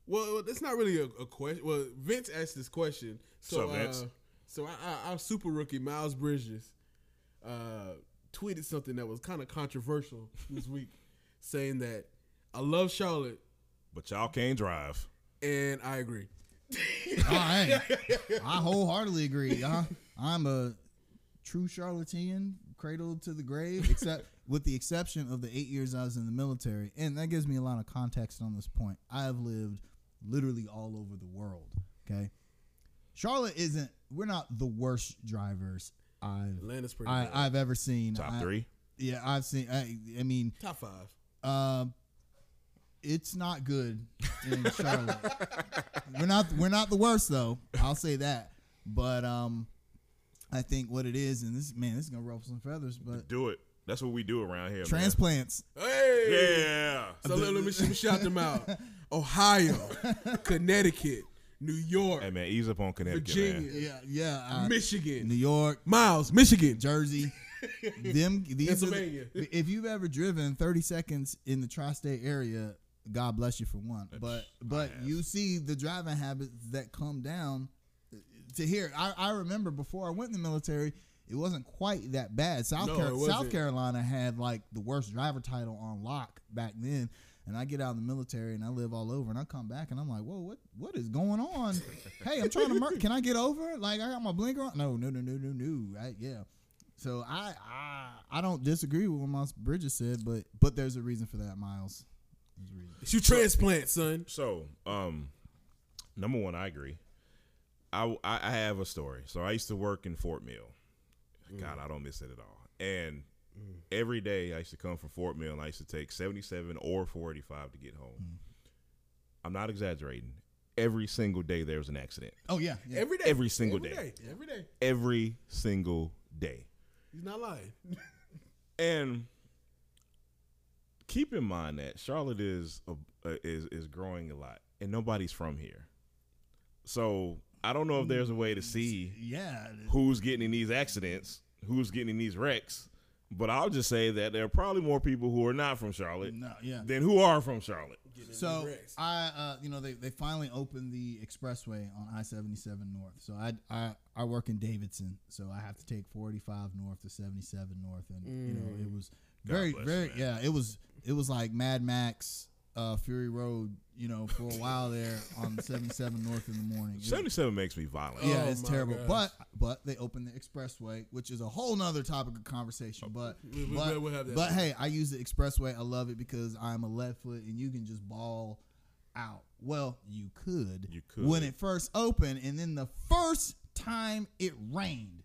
[SPEAKER 1] well, it's not really a, a question. Well, Vince asked this question, so
[SPEAKER 2] What's up, Vince?
[SPEAKER 1] Uh, so I, I, our super rookie Miles Bridges uh, tweeted something that was kind of controversial this week, saying that I love Charlotte
[SPEAKER 2] But y'all can't drive.
[SPEAKER 1] and I agree.
[SPEAKER 3] All right. I wholeheartedly agree. I, I'm a true charlatan, cradle to the grave, except [laughs] with the exception of the eight years I was in the military. And that gives me a lot of context on this point. I have lived literally all over the world. Okay. Charlotte isn't, we're not the worst drivers I've,
[SPEAKER 1] Atlanta's pretty
[SPEAKER 3] I,
[SPEAKER 1] bad.
[SPEAKER 3] I've ever seen.
[SPEAKER 2] Top
[SPEAKER 3] I-
[SPEAKER 2] three.
[SPEAKER 3] Yeah, I've seen, I, I mean,
[SPEAKER 1] Top five.
[SPEAKER 3] um, it's not good [laughs] in Charlotte. we're not we're not the worst though. I'll say that. But um, I think what it is, and this man, this is gonna ruffle some feathers. But
[SPEAKER 2] Do it. That's what we do around here. man.
[SPEAKER 3] transplants,
[SPEAKER 1] Hey!
[SPEAKER 2] Yeah.
[SPEAKER 1] So let, let me sh- shout them
[SPEAKER 3] [laughs]
[SPEAKER 1] out. Ohio, Connecticut, New York,
[SPEAKER 2] Hey man, ease up on Connecticut,
[SPEAKER 1] Virginia,
[SPEAKER 2] man.
[SPEAKER 3] yeah, yeah, uh, New
[SPEAKER 1] Michigan,
[SPEAKER 3] York,
[SPEAKER 1] Miles, Michigan.
[SPEAKER 3] [laughs] Jersey, them these are the,
[SPEAKER 1] Pennsylvania.
[SPEAKER 3] If you've ever driven thirty seconds in the tri-state area, God bless you for one. But but
[SPEAKER 2] have.
[SPEAKER 3] you see the driving habits that come down to here. I, I remember before I went in the military, it wasn't quite that bad. South
[SPEAKER 1] No,
[SPEAKER 3] Car-
[SPEAKER 1] it wasn't.
[SPEAKER 3] South Carolina had like the worst driver title on lock back then. And I get out of the military and I live all over and I come back and I'm like, whoa, what what is going
[SPEAKER 1] [laughs]
[SPEAKER 3] on? hey, I'm trying to mur- can I get over? Like I got my blinker on. No, no, no, no, no, no. I, yeah. So I, I I don't disagree with what Miles Bridges said, but but there's a reason for that, Miles. There's a reason.
[SPEAKER 1] It's you transplant, son.
[SPEAKER 2] So, um, number one, I agree. I, I I have a story. So I used to work in Fort Mill. God, I don't miss it at all. And every day I used to come from Fort Mill and I used to take 77 or 485 to get home. I'm not exaggerating. Every single day there was an accident.
[SPEAKER 3] Oh yeah, yeah.
[SPEAKER 1] Every day.
[SPEAKER 2] Every single
[SPEAKER 1] Every
[SPEAKER 2] day.
[SPEAKER 1] Every day.
[SPEAKER 2] Every single day.
[SPEAKER 1] He's not lying.
[SPEAKER 2] And keep in mind that Charlotte is a, a, is is growing a lot, and nobody's from here. So I don't know if there's a way to see
[SPEAKER 3] yeah.
[SPEAKER 2] who's getting in these accidents, who's getting in these wrecks. But I'll just say that there are probably more people who are not from Charlotte
[SPEAKER 3] No, yeah.
[SPEAKER 2] than who are from Charlotte.
[SPEAKER 3] So
[SPEAKER 1] Rex.
[SPEAKER 3] I, uh, you know, they, they finally opened the expressway on I seventy seven north. So I, I I work in Davidson, so I have to take forty five north to seventy seven north, and you know it was very
[SPEAKER 2] bless you,
[SPEAKER 3] very
[SPEAKER 2] man.
[SPEAKER 3] yeah it was it was like Mad Max uh, Fury Road, you know, for a while there on seventy seven north in the morning. It was-
[SPEAKER 2] 77 makes me violent.
[SPEAKER 3] Yeah,
[SPEAKER 1] Oh
[SPEAKER 3] it's
[SPEAKER 1] my
[SPEAKER 3] terrible.
[SPEAKER 1] gosh.
[SPEAKER 3] But but they opened the expressway, which is a whole nother topic of conversation. But
[SPEAKER 1] We- we-
[SPEAKER 3] but,
[SPEAKER 1] we'll have that
[SPEAKER 3] but
[SPEAKER 1] later.
[SPEAKER 3] hey, I use the expressway. I love it because I'm a left foot, and you can just ball out. Well, you could.
[SPEAKER 2] You could.
[SPEAKER 3] when it first opened, and then the first time it
[SPEAKER 1] [laughs]
[SPEAKER 3] rained.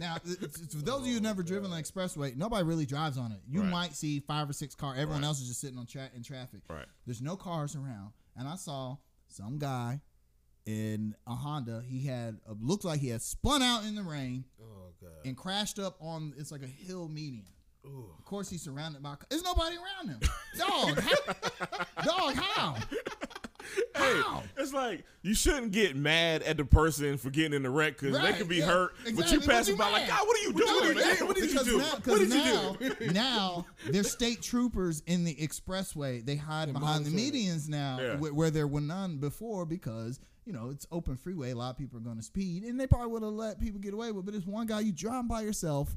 [SPEAKER 3] Now, th- th- for those of you who've never driven
[SPEAKER 1] Oh,
[SPEAKER 3] on the expressway, nobody really drives on it. You
[SPEAKER 2] Right.
[SPEAKER 3] might see five or six cars. Everyone
[SPEAKER 2] Right.
[SPEAKER 3] else is just sitting on tra- in traffic.
[SPEAKER 2] Right.
[SPEAKER 3] There's no cars around, and I saw some guy in a Honda. He had a, looked like he had spun out in the rain
[SPEAKER 1] Oh, God.
[SPEAKER 3] and crashed up on. It's like a hill median.
[SPEAKER 1] Ooh.
[SPEAKER 3] Of course, he's surrounded by. There's nobody around him.
[SPEAKER 2] [laughs]
[SPEAKER 3] Dog, how, dog, how?
[SPEAKER 2] Hey,
[SPEAKER 3] How?
[SPEAKER 2] it's like you shouldn't get mad at the person for getting in the wreck because
[SPEAKER 3] Right,
[SPEAKER 2] they could be
[SPEAKER 3] yeah,
[SPEAKER 2] hurt. But
[SPEAKER 3] exactly.
[SPEAKER 2] you
[SPEAKER 3] What
[SPEAKER 2] pass
[SPEAKER 3] you
[SPEAKER 2] them by like,
[SPEAKER 3] mad?
[SPEAKER 2] God, what are you doing?
[SPEAKER 3] No,
[SPEAKER 2] man?
[SPEAKER 3] no,
[SPEAKER 2] What did you
[SPEAKER 3] because
[SPEAKER 2] do?
[SPEAKER 3] now-
[SPEAKER 2] What did you do?
[SPEAKER 3] now, now there's state troopers in the expressway. They hide behind the
[SPEAKER 1] monitoring.
[SPEAKER 3] medians now,
[SPEAKER 2] Yeah.
[SPEAKER 3] where, where there were none before, because you know it's open freeway. A lot of people are going to speed, and they probably would have let people get away with. But it's one guy you driving by yourself.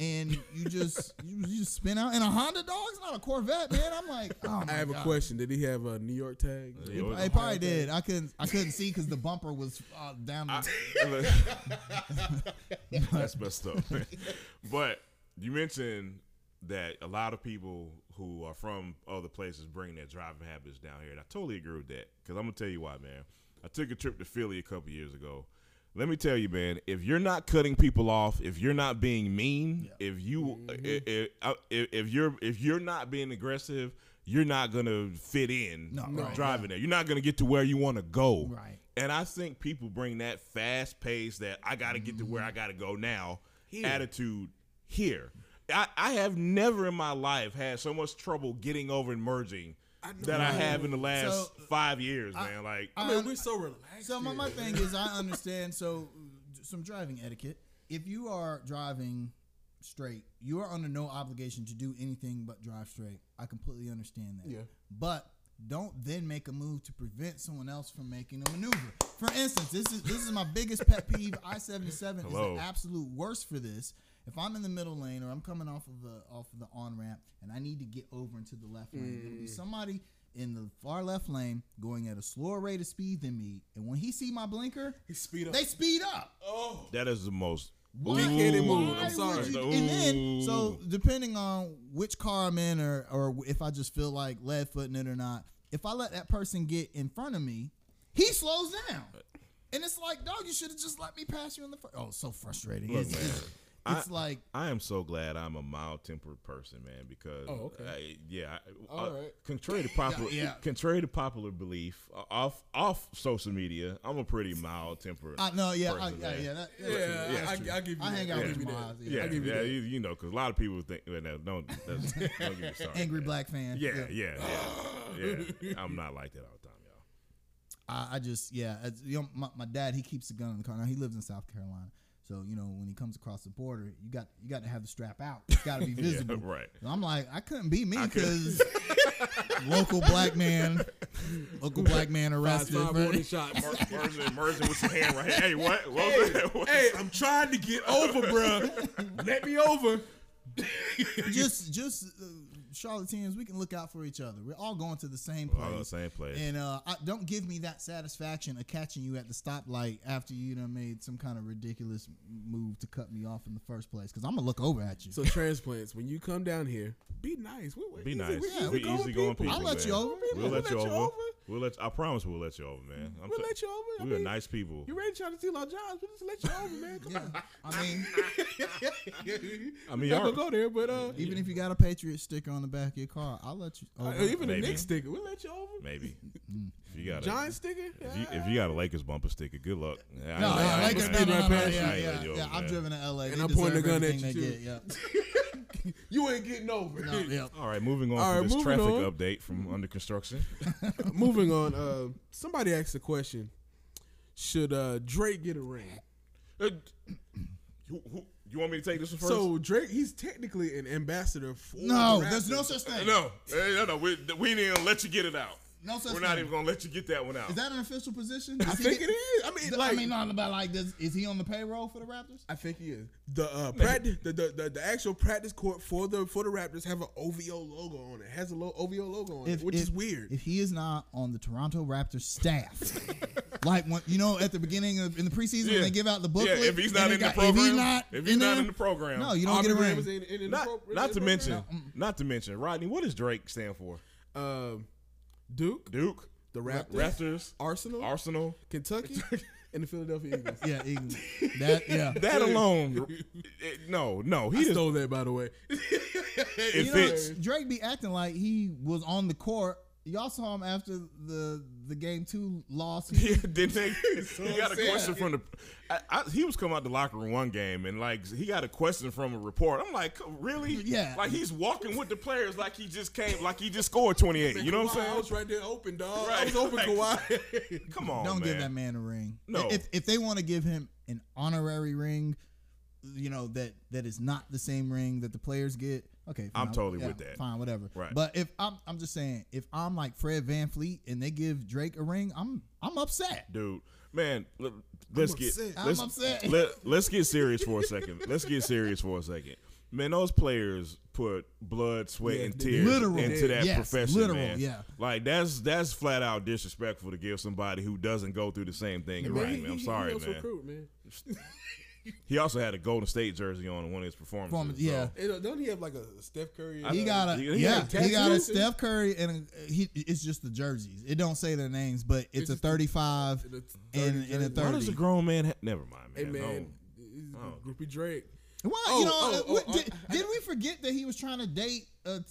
[SPEAKER 3] And you just [laughs] you, you just spin out in a Honda dog. It's not a Corvette, man. I'm like, oh my
[SPEAKER 1] I have
[SPEAKER 3] God.
[SPEAKER 1] a question. Did he have a New York tag?
[SPEAKER 2] Yeah, what-
[SPEAKER 3] It probably did. I couldn't I couldn't see because the bumper was uh, down. The, [laughs]
[SPEAKER 2] [laughs] That's messed up. [laughs] man. but you mentioned that a lot of people who are from other places bring their driving habits down here, and I totally agree with that. Because I'm gonna tell you why, man. I took a trip to Philly a couple years ago. Let me tell you, man. If you're not cutting people off, if you're not being mean, if you uh,
[SPEAKER 3] Mm-hmm.
[SPEAKER 2] if, if, if you're if you're not being aggressive, you're not gonna fit in
[SPEAKER 3] No, No. right,
[SPEAKER 2] driving there. You're not gonna get to where you want to go.
[SPEAKER 3] Right.
[SPEAKER 2] And I think people bring that fast pace that I got to get to where I got to go now attitude here. I, I have never in my life had so much trouble getting over and merging that I have in the last
[SPEAKER 3] So,
[SPEAKER 2] five years, man. Like,
[SPEAKER 1] I mean, we're so relaxed.
[SPEAKER 3] So my,
[SPEAKER 1] here.
[SPEAKER 3] my thing is, I understand. So uh, some driving etiquette. If you are driving straight, you are under no obligation to do anything but drive straight. I completely understand that.
[SPEAKER 1] Yeah.
[SPEAKER 3] But don't then make a move to prevent someone else from making a maneuver. For instance, this is this is my biggest pet peeve. I seventy seven is
[SPEAKER 2] Hello.
[SPEAKER 3] the absolute worst for this. If I'm in the middle lane or I'm coming off of the off of the on ramp and I need to get over into the left lane, it'll be somebody in the far left lane going at a slower rate of speed than me. And when he see my blinker,
[SPEAKER 1] He speed up.
[SPEAKER 3] they speed up.
[SPEAKER 1] oh,
[SPEAKER 2] That is the most.
[SPEAKER 1] Why can't it move?
[SPEAKER 3] Why
[SPEAKER 1] I'm
[SPEAKER 3] would
[SPEAKER 1] sorry.
[SPEAKER 3] you- and then, so depending on which car I'm in, or or if I just feel like lead footing it or not, if I let that person get in front of me, he slows down, and it's like, dog, you should have just let me pass you in the first. Oh, it's so frustrating.
[SPEAKER 2] Look,
[SPEAKER 3] it's
[SPEAKER 2] man, I-
[SPEAKER 3] it's, it's like
[SPEAKER 2] I am so glad I'm a mild-tempered person, man. Because
[SPEAKER 1] Oh, okay.
[SPEAKER 2] I, yeah, I,
[SPEAKER 1] All
[SPEAKER 2] I-
[SPEAKER 1] right.
[SPEAKER 2] contrary to popular,
[SPEAKER 3] Yeah, yeah.
[SPEAKER 2] contrary to popular belief, uh, off off social media, I'm a pretty mild-tempered.
[SPEAKER 3] I know, Uh, yeah, I,
[SPEAKER 2] person,
[SPEAKER 3] yeah,
[SPEAKER 2] man.
[SPEAKER 3] yeah, that,
[SPEAKER 1] yeah,
[SPEAKER 3] that's true.
[SPEAKER 1] I,
[SPEAKER 3] That's true.
[SPEAKER 1] I, I give you.
[SPEAKER 3] I hang
[SPEAKER 1] that.
[SPEAKER 3] out
[SPEAKER 1] I
[SPEAKER 3] with
[SPEAKER 1] give you
[SPEAKER 3] my
[SPEAKER 1] that.
[SPEAKER 3] eyes,
[SPEAKER 2] Yeah,
[SPEAKER 1] I give you
[SPEAKER 2] yeah,
[SPEAKER 1] that.
[SPEAKER 2] you, you know, because a lot of people think well, no, don't that's,
[SPEAKER 3] [laughs]
[SPEAKER 2] don't get me started.
[SPEAKER 3] angry
[SPEAKER 2] man.
[SPEAKER 3] black fan.
[SPEAKER 2] Yeah, yeah, yeah,
[SPEAKER 3] [laughs]
[SPEAKER 2] yeah. I'm not like that all the time, y'all.
[SPEAKER 3] I, I just yeah, as, you know, my, my dad he keeps a gun in the car. Now he lives in South Carolina, so you know when he comes across the border, you got you got to have the strap out. It's got
[SPEAKER 2] [laughs]
[SPEAKER 3] to be visible.
[SPEAKER 2] right.
[SPEAKER 3] And I'm like, I couldn't be me because [laughs] local black man, local black man
[SPEAKER 1] Five
[SPEAKER 3] arrested.
[SPEAKER 1] five
[SPEAKER 3] right?
[SPEAKER 1] warning shot.
[SPEAKER 2] [laughs] Mer- Merging, merging with your hand right here. Hey, what? what was that? [laughs]
[SPEAKER 1] [laughs]
[SPEAKER 2] What-
[SPEAKER 1] hey, I'm trying to get over,
[SPEAKER 3] [laughs]
[SPEAKER 1] bruh. Let me over.
[SPEAKER 3] just just uh, charlatans. We can look out for each other. We're all going to the same
[SPEAKER 2] All the
[SPEAKER 3] place.
[SPEAKER 2] same place.
[SPEAKER 3] And uh, I, don't give me that satisfaction of catching you at the stoplight after you done made some kind of ridiculous move to cut me off in the first place. Because I'm gonna look over at you.
[SPEAKER 1] So transplants, when you come down here, be nice. We're, we're
[SPEAKER 2] Be
[SPEAKER 1] easy,
[SPEAKER 2] nice.
[SPEAKER 1] We're
[SPEAKER 3] Yeah,
[SPEAKER 1] easy
[SPEAKER 2] we
[SPEAKER 1] going
[SPEAKER 2] easy going people.
[SPEAKER 3] I'll let
[SPEAKER 2] man.
[SPEAKER 3] you over.
[SPEAKER 2] We'll, let, you over.
[SPEAKER 1] over.
[SPEAKER 2] We'll let. I promise we'll let you over, man. I'm
[SPEAKER 1] We'll
[SPEAKER 2] t-
[SPEAKER 1] let you over. I
[SPEAKER 2] We're
[SPEAKER 1] mean,
[SPEAKER 2] nice people.
[SPEAKER 1] You ready to try to steal our jobs? We'll just let you over, man. Come
[SPEAKER 3] Yeah,
[SPEAKER 2] [laughs]
[SPEAKER 1] [laughs]
[SPEAKER 3] I mean,
[SPEAKER 1] on.
[SPEAKER 2] I mean,
[SPEAKER 1] I'm
[SPEAKER 2] y'all-
[SPEAKER 1] not gonna go there, but uh,
[SPEAKER 3] even if you got a Patriot sticker on the back of your car, I'll let you. oh,
[SPEAKER 1] uh,
[SPEAKER 3] Over.
[SPEAKER 1] even
[SPEAKER 2] Maybe.
[SPEAKER 1] the Knicks sticker, we'll let you over.
[SPEAKER 2] maybe. If you got a
[SPEAKER 1] Giants sticker, Uh,
[SPEAKER 2] if you, if you got a Lakers bumper sticker, good luck. I-
[SPEAKER 3] No,
[SPEAKER 2] I-
[SPEAKER 3] yeah,
[SPEAKER 2] I-
[SPEAKER 3] Lakers,
[SPEAKER 2] I-
[SPEAKER 3] no, no, no,
[SPEAKER 2] I
[SPEAKER 3] no,
[SPEAKER 2] ain't
[SPEAKER 3] yeah,
[SPEAKER 2] letting
[SPEAKER 3] yeah,
[SPEAKER 2] you
[SPEAKER 3] yeah.
[SPEAKER 2] over,
[SPEAKER 3] I've
[SPEAKER 2] man.
[SPEAKER 3] driven to LA.
[SPEAKER 1] And
[SPEAKER 3] they
[SPEAKER 1] I'm pointing
[SPEAKER 3] deserve
[SPEAKER 1] a gun at
[SPEAKER 3] everything
[SPEAKER 1] you,
[SPEAKER 3] they
[SPEAKER 1] too.
[SPEAKER 3] Get. Yeah.
[SPEAKER 1] you ain't getting [laughs] over.
[SPEAKER 3] No, yeah.
[SPEAKER 2] All right, moving on
[SPEAKER 1] All
[SPEAKER 2] to
[SPEAKER 1] right,
[SPEAKER 2] this
[SPEAKER 1] moving
[SPEAKER 2] traffic
[SPEAKER 1] on.
[SPEAKER 2] update from under construction.
[SPEAKER 1] Moving on. Uh, somebody asked a question: Should uh, Drake get a ring?
[SPEAKER 2] Uh, who, who, you want me to take this one first?
[SPEAKER 1] So Drake, he's technically an ambassador for.
[SPEAKER 3] No,
[SPEAKER 1] the Raptors.
[SPEAKER 3] there's no such thing.
[SPEAKER 2] no, Hey, no, no, we, we didn't even let you get it out.
[SPEAKER 3] No such
[SPEAKER 2] We're not
[SPEAKER 3] thing.
[SPEAKER 2] even gonna let you get that one out.
[SPEAKER 3] Is that an official position? Does
[SPEAKER 1] I
[SPEAKER 3] he
[SPEAKER 1] think
[SPEAKER 3] get-
[SPEAKER 1] it is. I mean,
[SPEAKER 3] Th-
[SPEAKER 1] like,
[SPEAKER 3] I mean, not about like this. Is he on the payroll for the Raptors?
[SPEAKER 1] I think he is. The uh, practice, the, the, the the actual practice court for the for the Raptors have an OVO logo on it. it has a low OVO logo on it, which is weird.
[SPEAKER 3] If he is not on the Toronto Raptors staff, [laughs] like when you know at the beginning of in the preseason
[SPEAKER 2] Yeah.
[SPEAKER 3] when they give out the booklet,
[SPEAKER 2] Yeah, if he's
[SPEAKER 3] and
[SPEAKER 2] not
[SPEAKER 3] they
[SPEAKER 2] in the
[SPEAKER 3] got- if he's
[SPEAKER 2] program-
[SPEAKER 3] not,
[SPEAKER 2] if he's not in
[SPEAKER 3] there,
[SPEAKER 2] the program,
[SPEAKER 3] no, you don't
[SPEAKER 1] Aubrey
[SPEAKER 3] get a
[SPEAKER 1] Graham is
[SPEAKER 3] ring.
[SPEAKER 1] in- in- in the
[SPEAKER 2] not,
[SPEAKER 1] pro- in
[SPEAKER 2] not
[SPEAKER 1] the
[SPEAKER 2] to
[SPEAKER 1] program.
[SPEAKER 2] mention, not to mention, Rodney. What does Drake stand for?
[SPEAKER 1] Um, Duke,
[SPEAKER 2] Duke,
[SPEAKER 1] the Raptors,
[SPEAKER 2] Raptors,
[SPEAKER 1] Arsenal,
[SPEAKER 2] Arsenal.
[SPEAKER 1] Kentucky, [laughs] and the Philadelphia Eagles.
[SPEAKER 2] [laughs]
[SPEAKER 3] Yeah, Eagles. that yeah.
[SPEAKER 2] That alone, it- no, no,
[SPEAKER 1] He
[SPEAKER 2] he
[SPEAKER 1] just,
[SPEAKER 2] just [laughs]
[SPEAKER 1] stole that, by the way. [laughs]
[SPEAKER 2] it
[SPEAKER 3] you
[SPEAKER 2] fits.
[SPEAKER 3] know, Drake be acting like he was on the court. Y'all saw him after the the game two
[SPEAKER 2] [laughs]
[SPEAKER 3] loss. He
[SPEAKER 2] Yeah,
[SPEAKER 3] [laughs]
[SPEAKER 2] didn't they? he got a
[SPEAKER 1] sad.
[SPEAKER 2] question from the. I, I, he was coming out the locker room one game and like he got a question from a report. I'm like, really?
[SPEAKER 3] Yeah.
[SPEAKER 2] Like he's walking with the players like he just came, like he just scored 28. You know what I'm
[SPEAKER 1] Kawhi, I
[SPEAKER 2] saying?
[SPEAKER 1] was right there open, dog. I
[SPEAKER 2] [laughs] Right,
[SPEAKER 1] was open,
[SPEAKER 2] like-
[SPEAKER 1] Kawhi.
[SPEAKER 2] Come on,
[SPEAKER 3] don't
[SPEAKER 2] Oh, man.
[SPEAKER 3] give that man a ring.
[SPEAKER 2] No.
[SPEAKER 3] If if they want to give him an honorary ring, you know that that is not the same ring that the players get. Okay,
[SPEAKER 2] I'm
[SPEAKER 3] fine.
[SPEAKER 2] totally with that.
[SPEAKER 3] Fine, whatever.
[SPEAKER 2] Right.
[SPEAKER 3] But if I'm I'm just saying, if I'm like Fred Van Fleet and they give Drake a ring, I'm I'm upset.
[SPEAKER 2] dude. Man, let, let's get
[SPEAKER 1] upset.
[SPEAKER 3] I'm
[SPEAKER 2] let's,
[SPEAKER 3] upset.
[SPEAKER 2] Let, let's get serious for a second. Let's get serious for a second. Man, those players put blood, sweat,
[SPEAKER 1] Yeah,
[SPEAKER 2] and
[SPEAKER 1] they-
[SPEAKER 2] tears
[SPEAKER 3] Literal.
[SPEAKER 2] into that
[SPEAKER 3] Yes,
[SPEAKER 2] profession,
[SPEAKER 3] literal,
[SPEAKER 2] man.
[SPEAKER 3] yeah.
[SPEAKER 2] like that's that's flat out disrespectful to give somebody who doesn't go through the same thing. You're right, man. I'm sorry,
[SPEAKER 1] he
[SPEAKER 2] man.
[SPEAKER 1] Recruit, man.
[SPEAKER 2] He also had a Golden State jersey on in one of his performances.
[SPEAKER 3] Performance,
[SPEAKER 2] so-
[SPEAKER 3] yeah.
[SPEAKER 1] Hey, uh, Don't he have like a Steph Curry?
[SPEAKER 3] He
[SPEAKER 1] uh,
[SPEAKER 3] got a
[SPEAKER 2] he- he
[SPEAKER 3] yeah.
[SPEAKER 2] got
[SPEAKER 3] he got a
[SPEAKER 1] tattoos.
[SPEAKER 3] Steph Curry and a, he. It's just the jerseys. It don't say their names, but it's,
[SPEAKER 1] It's
[SPEAKER 3] a
[SPEAKER 1] just the-
[SPEAKER 3] thirty-five
[SPEAKER 1] and a
[SPEAKER 3] and, and a
[SPEAKER 1] jersey.
[SPEAKER 2] Why
[SPEAKER 3] thirty.
[SPEAKER 2] does a grown man? Ha- Never mind,
[SPEAKER 1] Hey
[SPEAKER 2] man. Oh,
[SPEAKER 1] man,
[SPEAKER 2] No.
[SPEAKER 1] he's groupie Drake.
[SPEAKER 3] Well,
[SPEAKER 1] Oh,
[SPEAKER 3] you know,
[SPEAKER 1] oh,
[SPEAKER 3] uh,
[SPEAKER 1] oh,
[SPEAKER 3] what-
[SPEAKER 1] oh,
[SPEAKER 3] did,
[SPEAKER 1] I-
[SPEAKER 3] did we forget that he was trying to date a,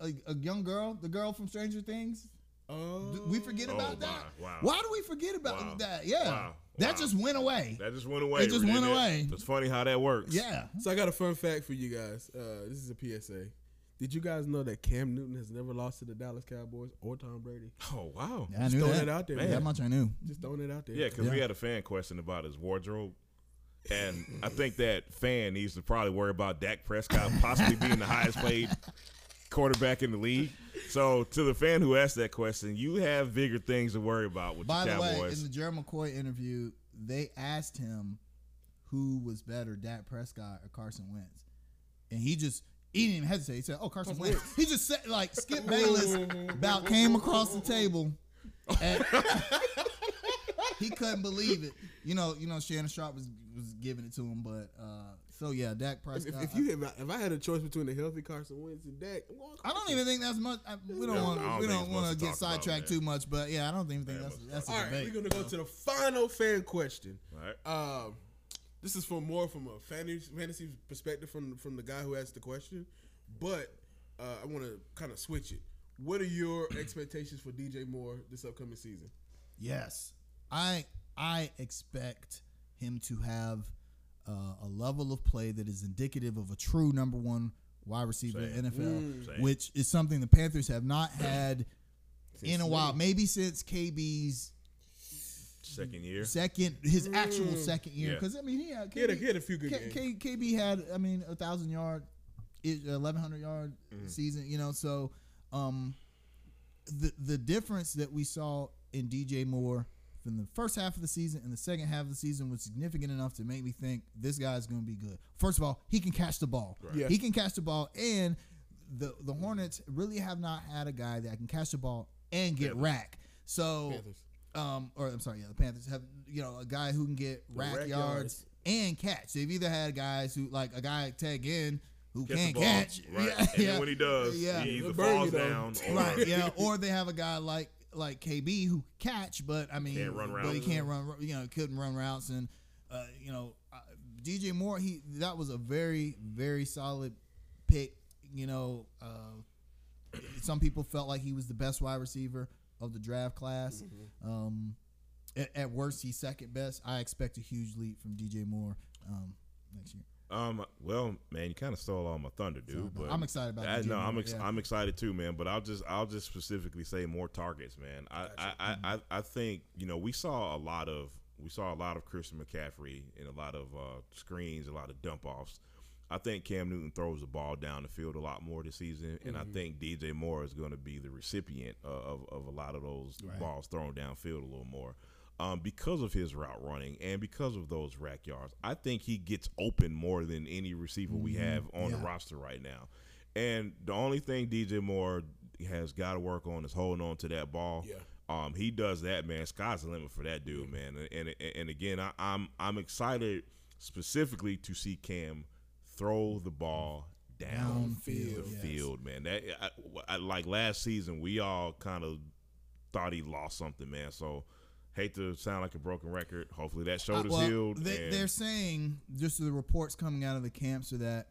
[SPEAKER 3] a, a young girl, the girl from Stranger Things?
[SPEAKER 1] Oh,
[SPEAKER 3] Did we forget
[SPEAKER 2] Oh,
[SPEAKER 3] about
[SPEAKER 2] my.
[SPEAKER 3] that?
[SPEAKER 2] Wow.
[SPEAKER 3] Why do we forget about
[SPEAKER 2] Wow.
[SPEAKER 3] that? Yeah,
[SPEAKER 2] Wow.
[SPEAKER 3] that
[SPEAKER 2] Wow.
[SPEAKER 3] just went away.
[SPEAKER 2] That just went away.
[SPEAKER 3] It just
[SPEAKER 2] Renee.
[SPEAKER 3] went
[SPEAKER 2] That-
[SPEAKER 3] away.
[SPEAKER 2] It's funny how that works.
[SPEAKER 3] yeah,
[SPEAKER 1] So I got a fun fact for you guys. Uh, this is a PSA. Did you guys know that Cam Newton has never lost to the Dallas Cowboys or Tom Brady?
[SPEAKER 2] Oh wow.
[SPEAKER 3] I knew
[SPEAKER 1] throwing
[SPEAKER 3] that.
[SPEAKER 1] it out there,
[SPEAKER 3] That
[SPEAKER 1] man.
[SPEAKER 3] much I knew.
[SPEAKER 1] Just throwing it out there.
[SPEAKER 2] Yeah, because we
[SPEAKER 3] Yeah.
[SPEAKER 2] had a fan question about his wardrobe. And I think that fan needs to probably worry about Dak Prescott possibly being the highest paid quarterback in the league. So, to the fan who asked that question, you have bigger things to worry about with
[SPEAKER 3] By
[SPEAKER 2] the
[SPEAKER 3] the way,
[SPEAKER 2] Cowboys.
[SPEAKER 3] in the Gerald McCoy interview, they asked him who was better, Dak Prescott or Carson Wentz, and he just he didn't even hesitate. He said, "Oh, Carson Wentz." [laughs] He just said like Skip Bayless about came across the table. and- [laughs] he couldn't believe it. You know, you know Shannon Sharp was was giving it to him, but uh, so yeah, Dak
[SPEAKER 1] If,
[SPEAKER 3] Prescott.
[SPEAKER 1] if you had, if I had a choice between a healthy Carson Wentz and Dak, I'm going
[SPEAKER 3] I don't even think that's much. I, we don't
[SPEAKER 2] Yeah,
[SPEAKER 3] want
[SPEAKER 2] I don't
[SPEAKER 3] we
[SPEAKER 2] think
[SPEAKER 3] don't
[SPEAKER 2] it's
[SPEAKER 3] want
[SPEAKER 2] much
[SPEAKER 3] to
[SPEAKER 2] to
[SPEAKER 3] get
[SPEAKER 2] talk about,
[SPEAKER 3] sidetracked
[SPEAKER 2] man.
[SPEAKER 3] too much, but yeah, I don't even think
[SPEAKER 2] Yeah,
[SPEAKER 3] that's
[SPEAKER 2] much to
[SPEAKER 3] that's a
[SPEAKER 1] All right,
[SPEAKER 3] debate.
[SPEAKER 1] we're gonna go to the final fan question.
[SPEAKER 2] All right.
[SPEAKER 1] Um, this is from more from a fantasy, fantasy perspective from from the guy who asked the question, but uh, I want to kind of switch it. What are your expectations for DJ Moore this upcoming season?
[SPEAKER 3] Yes, I I expect him to have uh, a level of play that is indicative of a true number one wide receiver in the NFL,
[SPEAKER 2] Same.
[SPEAKER 3] which is something the Panthers have not had in a
[SPEAKER 1] Since
[SPEAKER 3] while,
[SPEAKER 1] then.
[SPEAKER 3] maybe since KB's
[SPEAKER 2] Second year.
[SPEAKER 3] second his actual
[SPEAKER 1] Mm.
[SPEAKER 3] second year.
[SPEAKER 2] Yeah.
[SPEAKER 3] Because I mean, he had
[SPEAKER 1] He had a,
[SPEAKER 3] KB
[SPEAKER 1] he had a few good
[SPEAKER 3] K-
[SPEAKER 1] games.
[SPEAKER 3] K- KB had, I mean, a thousand yard, eleven hundred yard season. You know, so um, the the difference that we saw in DJ Moore from the first half of the season and the second half of the season was significant enough to make me think this guy's going to be good. First of all, he can catch the ball.
[SPEAKER 1] Yeah.
[SPEAKER 3] He can catch the ball, and the the Hornets really have not had a guy that can catch the ball and get
[SPEAKER 2] Panthers.
[SPEAKER 3] rack. So
[SPEAKER 1] Panthers.
[SPEAKER 3] um, or I'm sorry, yeah, the Panthers have you know a guy who can get rack,
[SPEAKER 1] rack
[SPEAKER 3] yards,
[SPEAKER 1] yards.
[SPEAKER 3] and catch. They've either had guys who like a guy tag in who
[SPEAKER 2] Catch the
[SPEAKER 3] can't
[SPEAKER 2] ball.
[SPEAKER 3] catch, [laughs]
[SPEAKER 2] Right.
[SPEAKER 3] Yeah,
[SPEAKER 2] and
[SPEAKER 3] yeah.
[SPEAKER 2] then when he does,
[SPEAKER 3] Yeah.
[SPEAKER 2] he either
[SPEAKER 1] Burn you
[SPEAKER 2] falls
[SPEAKER 1] though.
[SPEAKER 3] [laughs]
[SPEAKER 2] down or
[SPEAKER 3] right, yeah, or they have a guy like like KB who can catch, but I mean,
[SPEAKER 2] Can't run
[SPEAKER 3] but he
[SPEAKER 2] routes.
[SPEAKER 3] can't run, you know, couldn't run routes, and uh, you know, uh, DJ Moore, he that was a very very solid pick. You know, uh, some people felt like he was the best wide receiver of the draft class. Um, at, at worst, he's second best. I expect a huge leap from DJ Moore um, next year.
[SPEAKER 2] Um. Well, man, you kind of stole all my thunder, dude.
[SPEAKER 3] Sorry,
[SPEAKER 2] but
[SPEAKER 3] I'm excited about
[SPEAKER 2] I,
[SPEAKER 3] DJ
[SPEAKER 2] no, I'm
[SPEAKER 3] Moore,
[SPEAKER 2] ex-
[SPEAKER 3] yeah.
[SPEAKER 2] I'm excited too, man. But I'll just I'll just specifically say more targets, man. I, I, I, I, I think you know we saw a lot of we saw a lot of Christian McCaffrey and a lot of uh, screens, a lot of dump offs. I think Cam Newton throws the ball down the field a lot more this season, and I think DJ Moore is going to be the recipient of, of, of a lot of those balls thrown downfield a little more um, because of his route running and because of those rack yards. I think he gets open more than any receiver we have on
[SPEAKER 3] Yeah.
[SPEAKER 2] the roster right now. And the only thing DJ Moore has got to work on is holding on to that ball.
[SPEAKER 1] Yeah.
[SPEAKER 2] Um, he does that, man. Sky's the limit for that dude, man. And and, and again, I, I'm I'm excited specifically to see Cam throw the ball down
[SPEAKER 3] Downfield,
[SPEAKER 2] the
[SPEAKER 3] yes.
[SPEAKER 2] field, man. That I, I- like last season, we all kind of thought he lost something, man. So hate to sound like a broken record. Hopefully that
[SPEAKER 3] Uh,
[SPEAKER 2] shoulder's
[SPEAKER 3] well,
[SPEAKER 2] healed.
[SPEAKER 3] They,
[SPEAKER 2] and-
[SPEAKER 3] they're saying just the reports coming out of the camps are that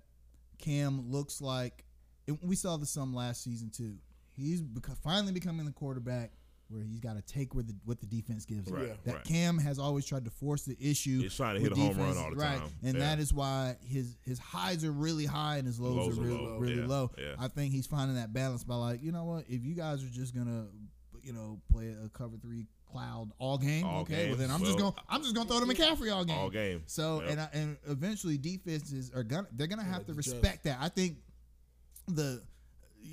[SPEAKER 3] Cam looks like and we saw this some last season too. He's beco- finally becoming the quarterback where he's got to take where the what the defense gives him.
[SPEAKER 2] Right, Yeah.
[SPEAKER 3] That
[SPEAKER 2] right.
[SPEAKER 3] Cam has always tried to force the issue.
[SPEAKER 2] He's trying to
[SPEAKER 3] with
[SPEAKER 2] hit a home run
[SPEAKER 3] defenses,
[SPEAKER 2] all the time.
[SPEAKER 3] and
[SPEAKER 2] Yeah.
[SPEAKER 3] that is why his his highs are really high and his lows,
[SPEAKER 2] Lows
[SPEAKER 3] are
[SPEAKER 2] are
[SPEAKER 3] really
[SPEAKER 2] low.
[SPEAKER 3] really
[SPEAKER 2] Yeah,
[SPEAKER 3] low.
[SPEAKER 2] yeah.
[SPEAKER 3] I think he's finding that balance by like you know what if you guys are just gonna you know play a cover three cloud all game
[SPEAKER 2] All
[SPEAKER 3] okay
[SPEAKER 2] game.
[SPEAKER 3] well then I'm just
[SPEAKER 2] Well,
[SPEAKER 3] gonna I'm just gonna throw to McCaffrey all game.
[SPEAKER 2] all game.
[SPEAKER 3] So
[SPEAKER 2] Yep.
[SPEAKER 3] and I, and eventually defenses are gonna they're gonna have to
[SPEAKER 1] adjust.
[SPEAKER 3] respect that. I think the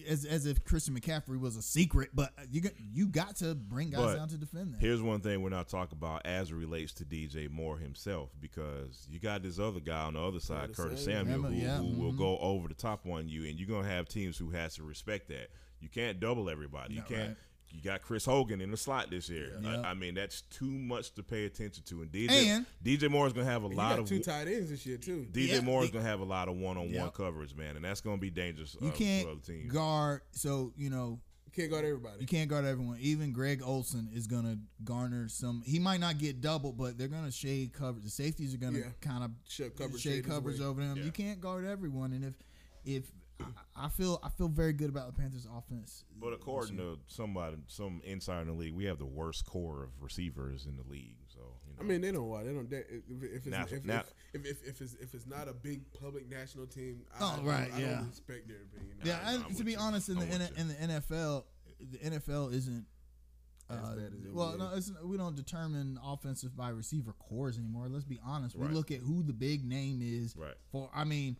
[SPEAKER 3] as as if Christian McCaffrey was a secret, but you got you got to bring guys
[SPEAKER 2] But
[SPEAKER 3] down to defend that.
[SPEAKER 2] Here's one thing we're not talking about as it relates to DJ Moore himself, because you got this other guy on the other side,
[SPEAKER 1] Curtis
[SPEAKER 2] Curtis
[SPEAKER 1] Samuel.
[SPEAKER 2] Samuel, who,
[SPEAKER 3] Yeah,
[SPEAKER 2] who will
[SPEAKER 3] mhm.
[SPEAKER 2] go over the top on you, and you're gonna have teams who has to respect that. You can't double everybody. You
[SPEAKER 3] Yeah,
[SPEAKER 2] can't.
[SPEAKER 3] right.
[SPEAKER 2] You got Chris Hogan in the slot this year.
[SPEAKER 3] Yeah.
[SPEAKER 2] I, I mean, that's too much to pay attention to. And DJ
[SPEAKER 3] And-
[SPEAKER 2] DJ Moore is gonna have a
[SPEAKER 1] You
[SPEAKER 2] lot
[SPEAKER 1] got
[SPEAKER 2] of
[SPEAKER 1] two tight ends this year too.
[SPEAKER 2] DJ
[SPEAKER 3] Yeah,
[SPEAKER 2] Moore is
[SPEAKER 3] they-
[SPEAKER 2] gonna have a lot of one on
[SPEAKER 3] Yeah.
[SPEAKER 2] one coverage, man, and that's gonna be dangerous.
[SPEAKER 3] you
[SPEAKER 2] uh, for other
[SPEAKER 3] can't
[SPEAKER 2] teams.
[SPEAKER 3] guard so you know
[SPEAKER 1] You can't guard everybody.
[SPEAKER 3] you can't guard everyone. Even Greg Olson is gonna garner some. He might not get double, but they're gonna shade coverage. The safeties are gonna
[SPEAKER 1] Yeah.
[SPEAKER 3] kind of
[SPEAKER 1] Shut coverage.
[SPEAKER 3] shade
[SPEAKER 1] shade his
[SPEAKER 3] coverage
[SPEAKER 1] way.
[SPEAKER 3] over them. You
[SPEAKER 2] Yeah.
[SPEAKER 3] can't guard everyone, and if if I- I feel I feel very good about the Panthers' offense.
[SPEAKER 2] But according to somebody, some insider in the league, we have the worst core of receivers in the league. So you know,
[SPEAKER 1] I mean, they don't watch. They don't. They, if, if, it's,
[SPEAKER 2] Nah,
[SPEAKER 1] if,
[SPEAKER 2] nah.
[SPEAKER 1] if, if, if, if it's if it's not a big public national team,
[SPEAKER 3] Oh,
[SPEAKER 1] I, don't-
[SPEAKER 3] right,
[SPEAKER 1] I
[SPEAKER 3] yeah.
[SPEAKER 1] don't respect their opinion.
[SPEAKER 3] Yeah,
[SPEAKER 2] I'm
[SPEAKER 3] and to
[SPEAKER 2] with
[SPEAKER 3] be
[SPEAKER 2] you.
[SPEAKER 3] honest, in the
[SPEAKER 2] I'm with
[SPEAKER 3] N-
[SPEAKER 2] you.
[SPEAKER 3] in the NFL, the NFL isn't. Uh,
[SPEAKER 1] As bad as
[SPEAKER 3] well,
[SPEAKER 1] NBA.
[SPEAKER 3] no, it's, we don't determine offensive by receiver cores anymore. Let's be honest. We
[SPEAKER 2] Right.
[SPEAKER 3] look at who the big name is.
[SPEAKER 2] Right.
[SPEAKER 3] For I mean,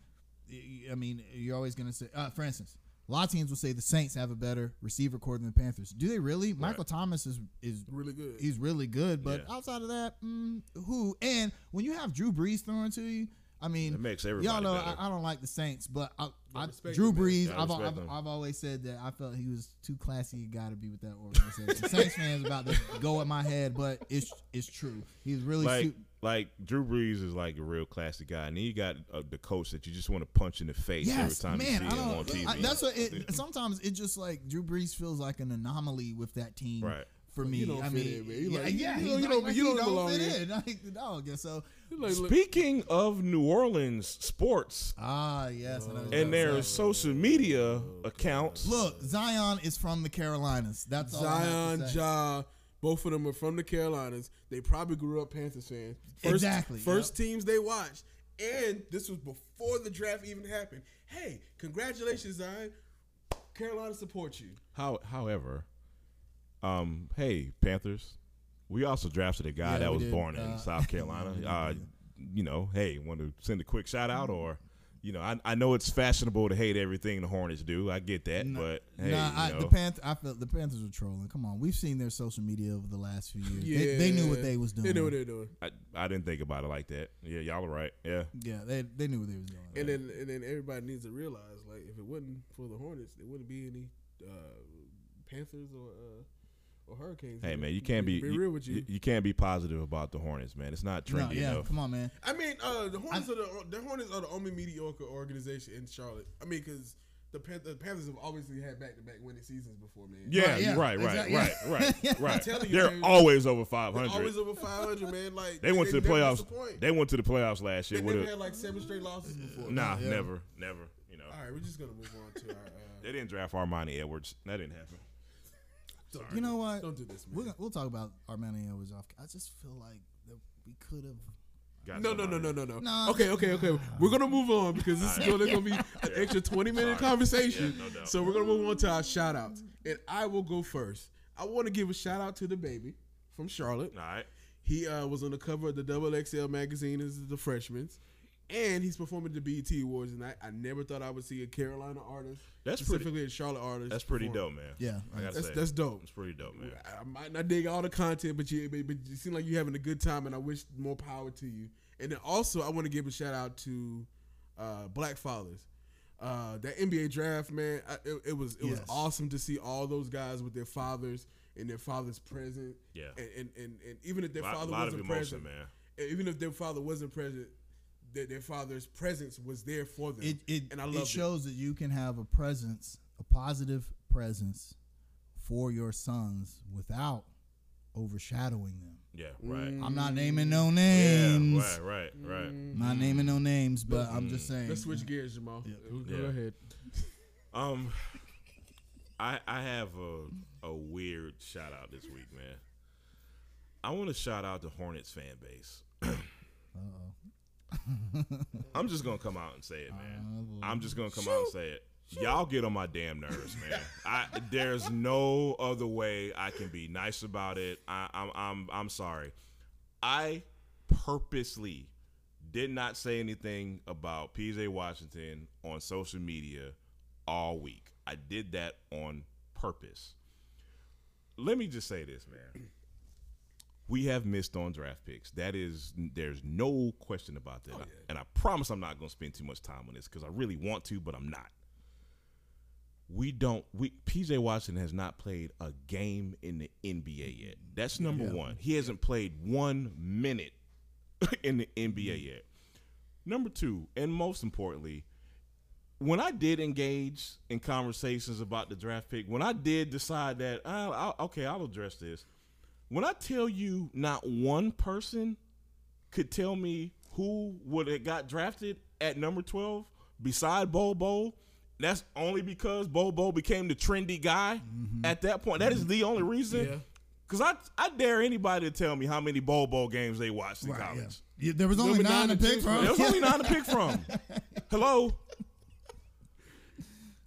[SPEAKER 3] y- I mean, you're always gonna say, uh, for instance, A lot of teams will say the Saints have a better receiver core than the Panthers. Do they really? Michael Thomas is is
[SPEAKER 1] Really good.
[SPEAKER 3] he's really good, but
[SPEAKER 2] Yeah.
[SPEAKER 3] outside of that, mm, who? And when you have Drew Brees throwing to you, I mean,
[SPEAKER 2] It makes
[SPEAKER 3] y'all
[SPEAKER 2] everybody
[SPEAKER 3] know I,
[SPEAKER 2] better.
[SPEAKER 3] I don't like the Saints, but I, I,
[SPEAKER 1] respect
[SPEAKER 3] Drew
[SPEAKER 1] him, man.
[SPEAKER 3] Brees,
[SPEAKER 2] Gotta
[SPEAKER 3] I've,
[SPEAKER 2] respect
[SPEAKER 3] I've,
[SPEAKER 2] him.
[SPEAKER 3] I've always said that I felt he was too classy. You got to be with that organization. Saints fans about to go at my head, but it's it's true. He's really
[SPEAKER 2] like
[SPEAKER 3] su-
[SPEAKER 2] like Drew Brees is like a real classic guy, and then you got uh, the coach that you just want to punch in the face every
[SPEAKER 3] Yes,
[SPEAKER 2] time
[SPEAKER 3] man.
[SPEAKER 2] you
[SPEAKER 3] I
[SPEAKER 2] see him on
[SPEAKER 3] don't.
[SPEAKER 2] TV.
[SPEAKER 3] I, that's what it. Sometimes it just like Drew Brees feels like an anomaly with that team.
[SPEAKER 2] Right.
[SPEAKER 3] For
[SPEAKER 1] Like,
[SPEAKER 3] me,
[SPEAKER 1] you don't
[SPEAKER 3] I
[SPEAKER 1] fit
[SPEAKER 3] mean,
[SPEAKER 1] in, man. You
[SPEAKER 3] yeah,
[SPEAKER 1] like- you-
[SPEAKER 3] yeah,
[SPEAKER 1] you
[SPEAKER 3] he's
[SPEAKER 1] don't- you don't-
[SPEAKER 3] like,
[SPEAKER 1] you
[SPEAKER 3] he
[SPEAKER 1] don't belong
[SPEAKER 3] fit
[SPEAKER 1] here.
[SPEAKER 3] in. [laughs] Like the dog. And so,
[SPEAKER 1] Like, look,
[SPEAKER 2] Speaking of New Orleans sports
[SPEAKER 3] ah, yes. I know what
[SPEAKER 2] and
[SPEAKER 3] you're
[SPEAKER 2] their
[SPEAKER 3] saying.
[SPEAKER 2] social media accounts,
[SPEAKER 3] Look, Zion is from the Carolinas. That's all I have
[SPEAKER 1] Zion,
[SPEAKER 3] to say.
[SPEAKER 1] Ja, both of them are from the Carolinas. They probably grew up Panthers fans.
[SPEAKER 3] Exactly,
[SPEAKER 1] First teams they watched. And this was before the draft even happened. Hey, congratulations, Zion. Carolina supports you.
[SPEAKER 2] How, however, um, hey Panthers, we also drafted a guy
[SPEAKER 3] Yeah,
[SPEAKER 2] that
[SPEAKER 3] we
[SPEAKER 2] was
[SPEAKER 3] did.
[SPEAKER 2] born in
[SPEAKER 3] Uh,
[SPEAKER 2] South Carolina. uh, you know, hey, want to send a quick shout out or, you know, I, I know it's fashionable to hate everything the Hornets do. I get that, but hey,
[SPEAKER 3] nah, I,
[SPEAKER 2] you know,
[SPEAKER 3] the Panth- I felt the Panthers were trolling. Come on, we've seen their social media over the last few years. They, they knew what they was doing.
[SPEAKER 1] They knew what they were doing.
[SPEAKER 2] I, I didn't think about it like that. Yeah, y'all are right. Yeah,
[SPEAKER 3] yeah, they, they knew what they was doing.
[SPEAKER 1] And then and then everybody needs to realize, like, if it wasn't for the Hornets, there wouldn't be any uh, Panthers or uh, or Hurricanes.
[SPEAKER 2] hey
[SPEAKER 1] here.
[SPEAKER 2] man, you can't be,
[SPEAKER 1] Be real with you.
[SPEAKER 2] You can't be positive about the Hornets, man. It's not
[SPEAKER 3] No,
[SPEAKER 2] trendy
[SPEAKER 3] yeah,
[SPEAKER 2] enough.
[SPEAKER 3] come on, man.
[SPEAKER 1] I mean, uh, the Hornets are the, the Hornets are the only mediocre organization in Charlotte. I mean, because the, Pan- the Panthers have obviously had back to back winning seasons before, man.
[SPEAKER 2] Yeah,
[SPEAKER 3] Right, yeah,
[SPEAKER 2] right, right,
[SPEAKER 3] exactly,
[SPEAKER 2] right,
[SPEAKER 3] yeah.
[SPEAKER 2] right, right,
[SPEAKER 1] I'm telling you,
[SPEAKER 2] They're
[SPEAKER 1] man,
[SPEAKER 2] always over
[SPEAKER 1] They're
[SPEAKER 2] 500.
[SPEAKER 1] always over 500, man. Like
[SPEAKER 2] they went to the
[SPEAKER 1] never
[SPEAKER 2] playoffs.
[SPEAKER 1] disappoint.
[SPEAKER 2] They went to the playoffs last
[SPEAKER 1] They
[SPEAKER 2] year.
[SPEAKER 1] never
[SPEAKER 2] With a,
[SPEAKER 1] had like seven straight losses before.
[SPEAKER 2] nah,
[SPEAKER 3] Yeah.
[SPEAKER 2] never, never. You know,
[SPEAKER 1] All right, we're just gonna move on to our. Uh,
[SPEAKER 2] they didn't draft Armani Edwards. That didn't happen.
[SPEAKER 1] don't-
[SPEAKER 3] You know what?
[SPEAKER 1] Don't do this,
[SPEAKER 3] We're,
[SPEAKER 1] man.
[SPEAKER 3] gonna- we'll talk about Armani Edwards off. I just feel like that we could have.
[SPEAKER 2] Got
[SPEAKER 1] No, no, no,
[SPEAKER 2] somebody.
[SPEAKER 1] no, no, no.
[SPEAKER 3] Nah.
[SPEAKER 1] okay, okay, okay. We're gonna move on because this is gonna, there's gonna be
[SPEAKER 2] [laughs]
[SPEAKER 1] an extra twenty minute
[SPEAKER 2] Sorry.
[SPEAKER 1] conversation.
[SPEAKER 2] Yeah, no doubt.
[SPEAKER 1] so we're gonna move on to our shout outs. And I will go first. I wanna give a shout out to the baby from Charlotte.
[SPEAKER 2] All right.
[SPEAKER 1] He uh, was on the cover of the Double XL magazine as the freshman, and he's performing at the BET Awards tonight. I never thought I would see a Carolina artist,
[SPEAKER 2] That's pretty-
[SPEAKER 1] specifically a Charlotte artist.
[SPEAKER 2] That's pretty
[SPEAKER 1] perform.
[SPEAKER 2] dope, man.
[SPEAKER 3] Yeah,
[SPEAKER 2] I gotta
[SPEAKER 1] That's
[SPEAKER 2] say,
[SPEAKER 1] that's dope.
[SPEAKER 2] it's pretty dope, man.
[SPEAKER 1] I I might not dig all the content, but you but, but you seem like you're having a good time, and I wish more power to you. And then also, I want to give a shout out to uh, Black Fathers. Uh, that NBA draft, man, I, it, it was it was
[SPEAKER 3] Yes.
[SPEAKER 1] awesome to see all those guys with their fathers and their fathers present.
[SPEAKER 2] Yeah.
[SPEAKER 1] and and, and, and even if their
[SPEAKER 2] A lot,
[SPEAKER 1] father
[SPEAKER 2] lot of
[SPEAKER 1] wasn't
[SPEAKER 2] emotion,
[SPEAKER 1] present,
[SPEAKER 2] man.
[SPEAKER 1] even if their father wasn't present, their, their father's presence was there for them.
[SPEAKER 3] It it
[SPEAKER 1] and I
[SPEAKER 3] it
[SPEAKER 1] love it.
[SPEAKER 3] shows that you can have a presence, a positive presence, for your sons without overshadowing them.
[SPEAKER 2] Yeah, right.
[SPEAKER 1] Mm.
[SPEAKER 3] I'm not naming no
[SPEAKER 2] Mm. Yeah,
[SPEAKER 3] names.
[SPEAKER 2] right, right, right.
[SPEAKER 3] I'm not naming no names, but
[SPEAKER 2] Mm.
[SPEAKER 3] I'm just saying.
[SPEAKER 1] Let's switch gears, Jamal. Go
[SPEAKER 2] Yeah.
[SPEAKER 1] ahead.
[SPEAKER 2] Um, I I have a a weird shout out this week, man. I want to shout out the Hornets fan base. [clears throat]
[SPEAKER 3] Uh-oh.
[SPEAKER 2] I'm just gonna come out and say it,
[SPEAKER 1] Uh-huh.
[SPEAKER 3] Uh,
[SPEAKER 2] man.
[SPEAKER 3] well.
[SPEAKER 2] I'm just gonna come out and say it. Y'all get on my damn nerves, man. I there's no other way I can be nice about it. I, I'm I'm I'm sorry. I purposely did not say anything about PJ Washington on social media all week. I did that on purpose. Let me just say this, man. We have missed on draft picks. That is, there's no question about that. And I promise I'm not going to spend too much time on this because I really want to, but I'm not. We don't. We PJ Washington has not played a game in the NBA yet. That's number one. He hasn't played one minute [laughs] in the NBA yet. Number two, and most importantly, when I did engage in conversations about the draft pick, when I did decide that, I, I, okay, I'll address this. When I tell you, not one person could tell me who would have got drafted at number twelve beside Bo Bo. That's only because Bo Bo became the trendy guy at that point. That is the only reason.
[SPEAKER 1] Yeah.
[SPEAKER 2] Cause I I dare anybody to tell me how many Bo Bo games they watched in
[SPEAKER 3] Right, yeah.
[SPEAKER 2] college.
[SPEAKER 3] Yeah, there was only
[SPEAKER 1] Number
[SPEAKER 3] nine
[SPEAKER 1] nine to
[SPEAKER 3] to pick
[SPEAKER 1] choose
[SPEAKER 3] from.
[SPEAKER 1] from.
[SPEAKER 2] There was only nine to pick from. Hello.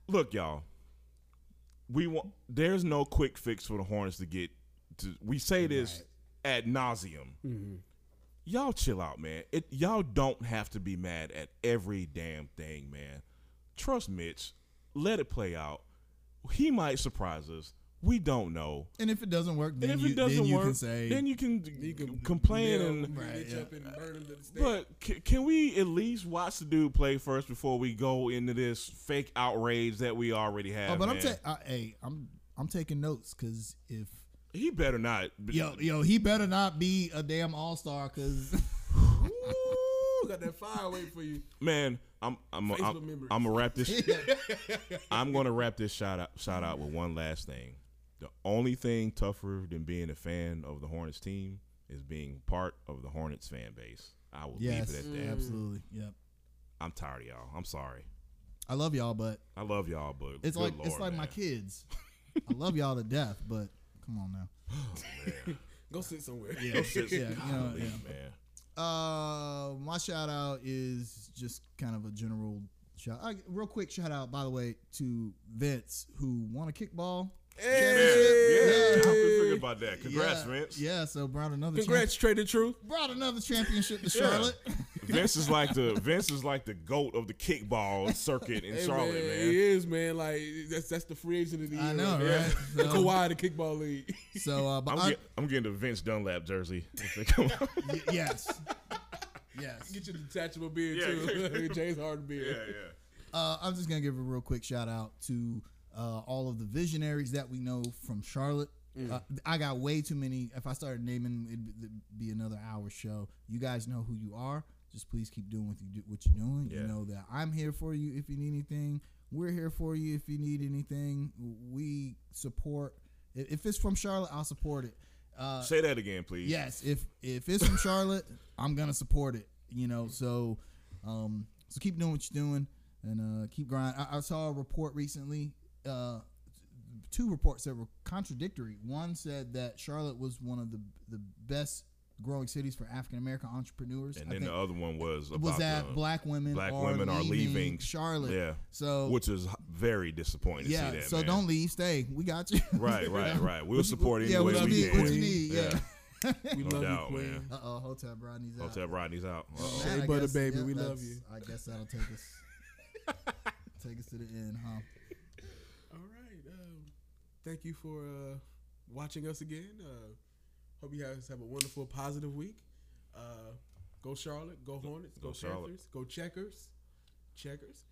[SPEAKER 2] Look, y'all. We want. There's no quick fix for the Hornets to get. To, we say this ad nauseum.
[SPEAKER 3] Mm-hmm.
[SPEAKER 2] Y'all chill out, man. It y'all don't have to be mad at every damn thing, man. Trust Mitch. Let it play out. He might surprise us. We don't know.
[SPEAKER 3] [laughs] And if it doesn't work, then
[SPEAKER 2] And if
[SPEAKER 3] you,
[SPEAKER 2] it doesn't
[SPEAKER 3] then you
[SPEAKER 2] work,
[SPEAKER 3] can say
[SPEAKER 2] then you can,
[SPEAKER 1] You can
[SPEAKER 2] complain
[SPEAKER 1] yell,
[SPEAKER 2] and
[SPEAKER 1] you can
[SPEAKER 3] Right,
[SPEAKER 1] reach
[SPEAKER 3] yeah.
[SPEAKER 1] up and burn him to the stake.
[SPEAKER 2] But c- can we at least watch the dude play first before we go into this fake outrage that we already have?
[SPEAKER 3] Oh, but I'm
[SPEAKER 2] man?
[SPEAKER 3] ta- I, hey, I'm I'm taking notes because if
[SPEAKER 2] he better not.
[SPEAKER 3] yo yo he better not be a damn all star because
[SPEAKER 1] Ooh, got that fire waiting for you.
[SPEAKER 2] man, I'm I'm
[SPEAKER 1] Facebook
[SPEAKER 2] I'm,
[SPEAKER 1] memories.
[SPEAKER 2] I'm gonna wrap this.
[SPEAKER 3] [laughs]
[SPEAKER 2] I'm gonna wrap this shout out shout out with one last thing. The only thing tougher than being a fan of the Hornets team is being part of the Hornets fan base. I will
[SPEAKER 3] [laughs] yes, Mm.
[SPEAKER 2] leave it at that.
[SPEAKER 3] absolutely, yep.
[SPEAKER 2] I'm tired of y'all. I'm sorry.
[SPEAKER 3] I love y'all, but
[SPEAKER 2] I love y'all, but
[SPEAKER 3] it's
[SPEAKER 2] good
[SPEAKER 3] like it's
[SPEAKER 2] Lord,
[SPEAKER 3] like my
[SPEAKER 2] man. [laughs]
[SPEAKER 3] kids. I love y'all to death, but come on now.
[SPEAKER 1] Go sit somewhere.
[SPEAKER 3] Yeah, yeah, you know,
[SPEAKER 2] Golly,
[SPEAKER 3] yeah.
[SPEAKER 2] man.
[SPEAKER 3] Uh, my shout out is just kind of a general shout. I, real quick shout out, by the way, to Vince who won a kickball.
[SPEAKER 2] Yeah,
[SPEAKER 1] Hey!
[SPEAKER 2] I figured about that. Congrats,
[SPEAKER 3] yeah,
[SPEAKER 2] Vince.
[SPEAKER 3] Yeah, so brought another
[SPEAKER 1] [laughs] Congrats, Trader Truth.
[SPEAKER 3] champ- brought another championship to Charlotte.
[SPEAKER 2] Vince is like the Vince is like the goat of the kickball circuit in
[SPEAKER 1] Hey,
[SPEAKER 2] Charlotte,
[SPEAKER 1] man,
[SPEAKER 2] man.
[SPEAKER 1] He is, man. Like that's that's the free agent of the year.
[SPEAKER 3] I know,
[SPEAKER 1] there.
[SPEAKER 3] right?
[SPEAKER 1] The
[SPEAKER 3] So-
[SPEAKER 1] Kawhi, the kickball league. [laughs]
[SPEAKER 3] So, uh, but
[SPEAKER 2] I'm,
[SPEAKER 3] I-
[SPEAKER 2] get, I'm getting the Vince Dunlap jersey. [laughs] if they come out.
[SPEAKER 3] y-
[SPEAKER 2] [laughs]
[SPEAKER 3] yes, yes.
[SPEAKER 1] Get your detachable beer
[SPEAKER 2] Yeah,
[SPEAKER 1] too. [laughs]
[SPEAKER 2] yeah.
[SPEAKER 1] James Harden
[SPEAKER 2] yeah,
[SPEAKER 1] beer.
[SPEAKER 2] yeah.
[SPEAKER 3] Uh, I'm just gonna give a real quick shout out to uh, all of the visionaries that we know from Charlotte. Uh, I got way too many. If I started naming, it'd be- it'd be another hour show. You guys know who you are. Just please keep doing what you do, what you're doing. You
[SPEAKER 2] Yeah.
[SPEAKER 3] know that I'm here for you if you need anything. We're here for you if you need anything. We support. i- If it's from Charlotte, I'll support it. Uh,
[SPEAKER 2] Say that again, please.
[SPEAKER 3] yes, if if it's from Charlotte, I'm gonna support it. You know, so um, so keep doing what you're doing and uh, keep grinding. I, I saw a report recently, uh, two reports that were contradictory. One said that Charlotte was one of the the best growing cities for African American entrepreneurs.
[SPEAKER 2] And
[SPEAKER 3] I
[SPEAKER 2] then
[SPEAKER 3] think
[SPEAKER 2] the other one was about
[SPEAKER 3] was that
[SPEAKER 2] the,
[SPEAKER 3] black women
[SPEAKER 2] black
[SPEAKER 3] are
[SPEAKER 2] women are
[SPEAKER 3] leaving
[SPEAKER 2] leaving-
[SPEAKER 3] Charlotte.
[SPEAKER 2] yeah,
[SPEAKER 3] So
[SPEAKER 2] which is h- very disappointing
[SPEAKER 3] yeah,
[SPEAKER 2] to see that.
[SPEAKER 3] so
[SPEAKER 2] man.
[SPEAKER 3] don't leave. Stay. We got you.
[SPEAKER 2] [laughs] Right,
[SPEAKER 3] [laughs]
[SPEAKER 2] right, right. We'll support any
[SPEAKER 3] yeah,
[SPEAKER 2] way
[SPEAKER 3] what you
[SPEAKER 2] we
[SPEAKER 3] need,
[SPEAKER 2] can.
[SPEAKER 3] What you need. Yeah.
[SPEAKER 1] We
[SPEAKER 3] [laughs]
[SPEAKER 2] No
[SPEAKER 1] love
[SPEAKER 2] doubt,
[SPEAKER 1] you, Queen.
[SPEAKER 2] man.
[SPEAKER 3] Uh oh, Hotel Rodney's out.
[SPEAKER 2] Hotel Rodney's out. Uh-oh.
[SPEAKER 1] Shea
[SPEAKER 3] I
[SPEAKER 1] butter,
[SPEAKER 3] guess-
[SPEAKER 1] baby, we love
[SPEAKER 3] that's-
[SPEAKER 1] you.
[SPEAKER 3] I guess that'll take us take us to the end, huh?
[SPEAKER 1] All right. Um, thank you for uh, watching us again. Uh, hope you guys have a wonderful, positive week. Uh, go Charlotte. Go Hornets. Go,
[SPEAKER 2] Go Charlotte.
[SPEAKER 1] Panthers. Go Checkers. Checkers.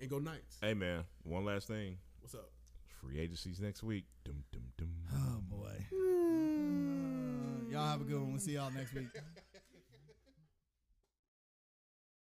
[SPEAKER 1] And go Knights.
[SPEAKER 2] Hey man, one last thing.
[SPEAKER 1] What's up? [laughs]
[SPEAKER 2] Free agencies next week. Dum, dum, dum.
[SPEAKER 3] Oh boy. Y'all have a good one. We'll see y'all next week.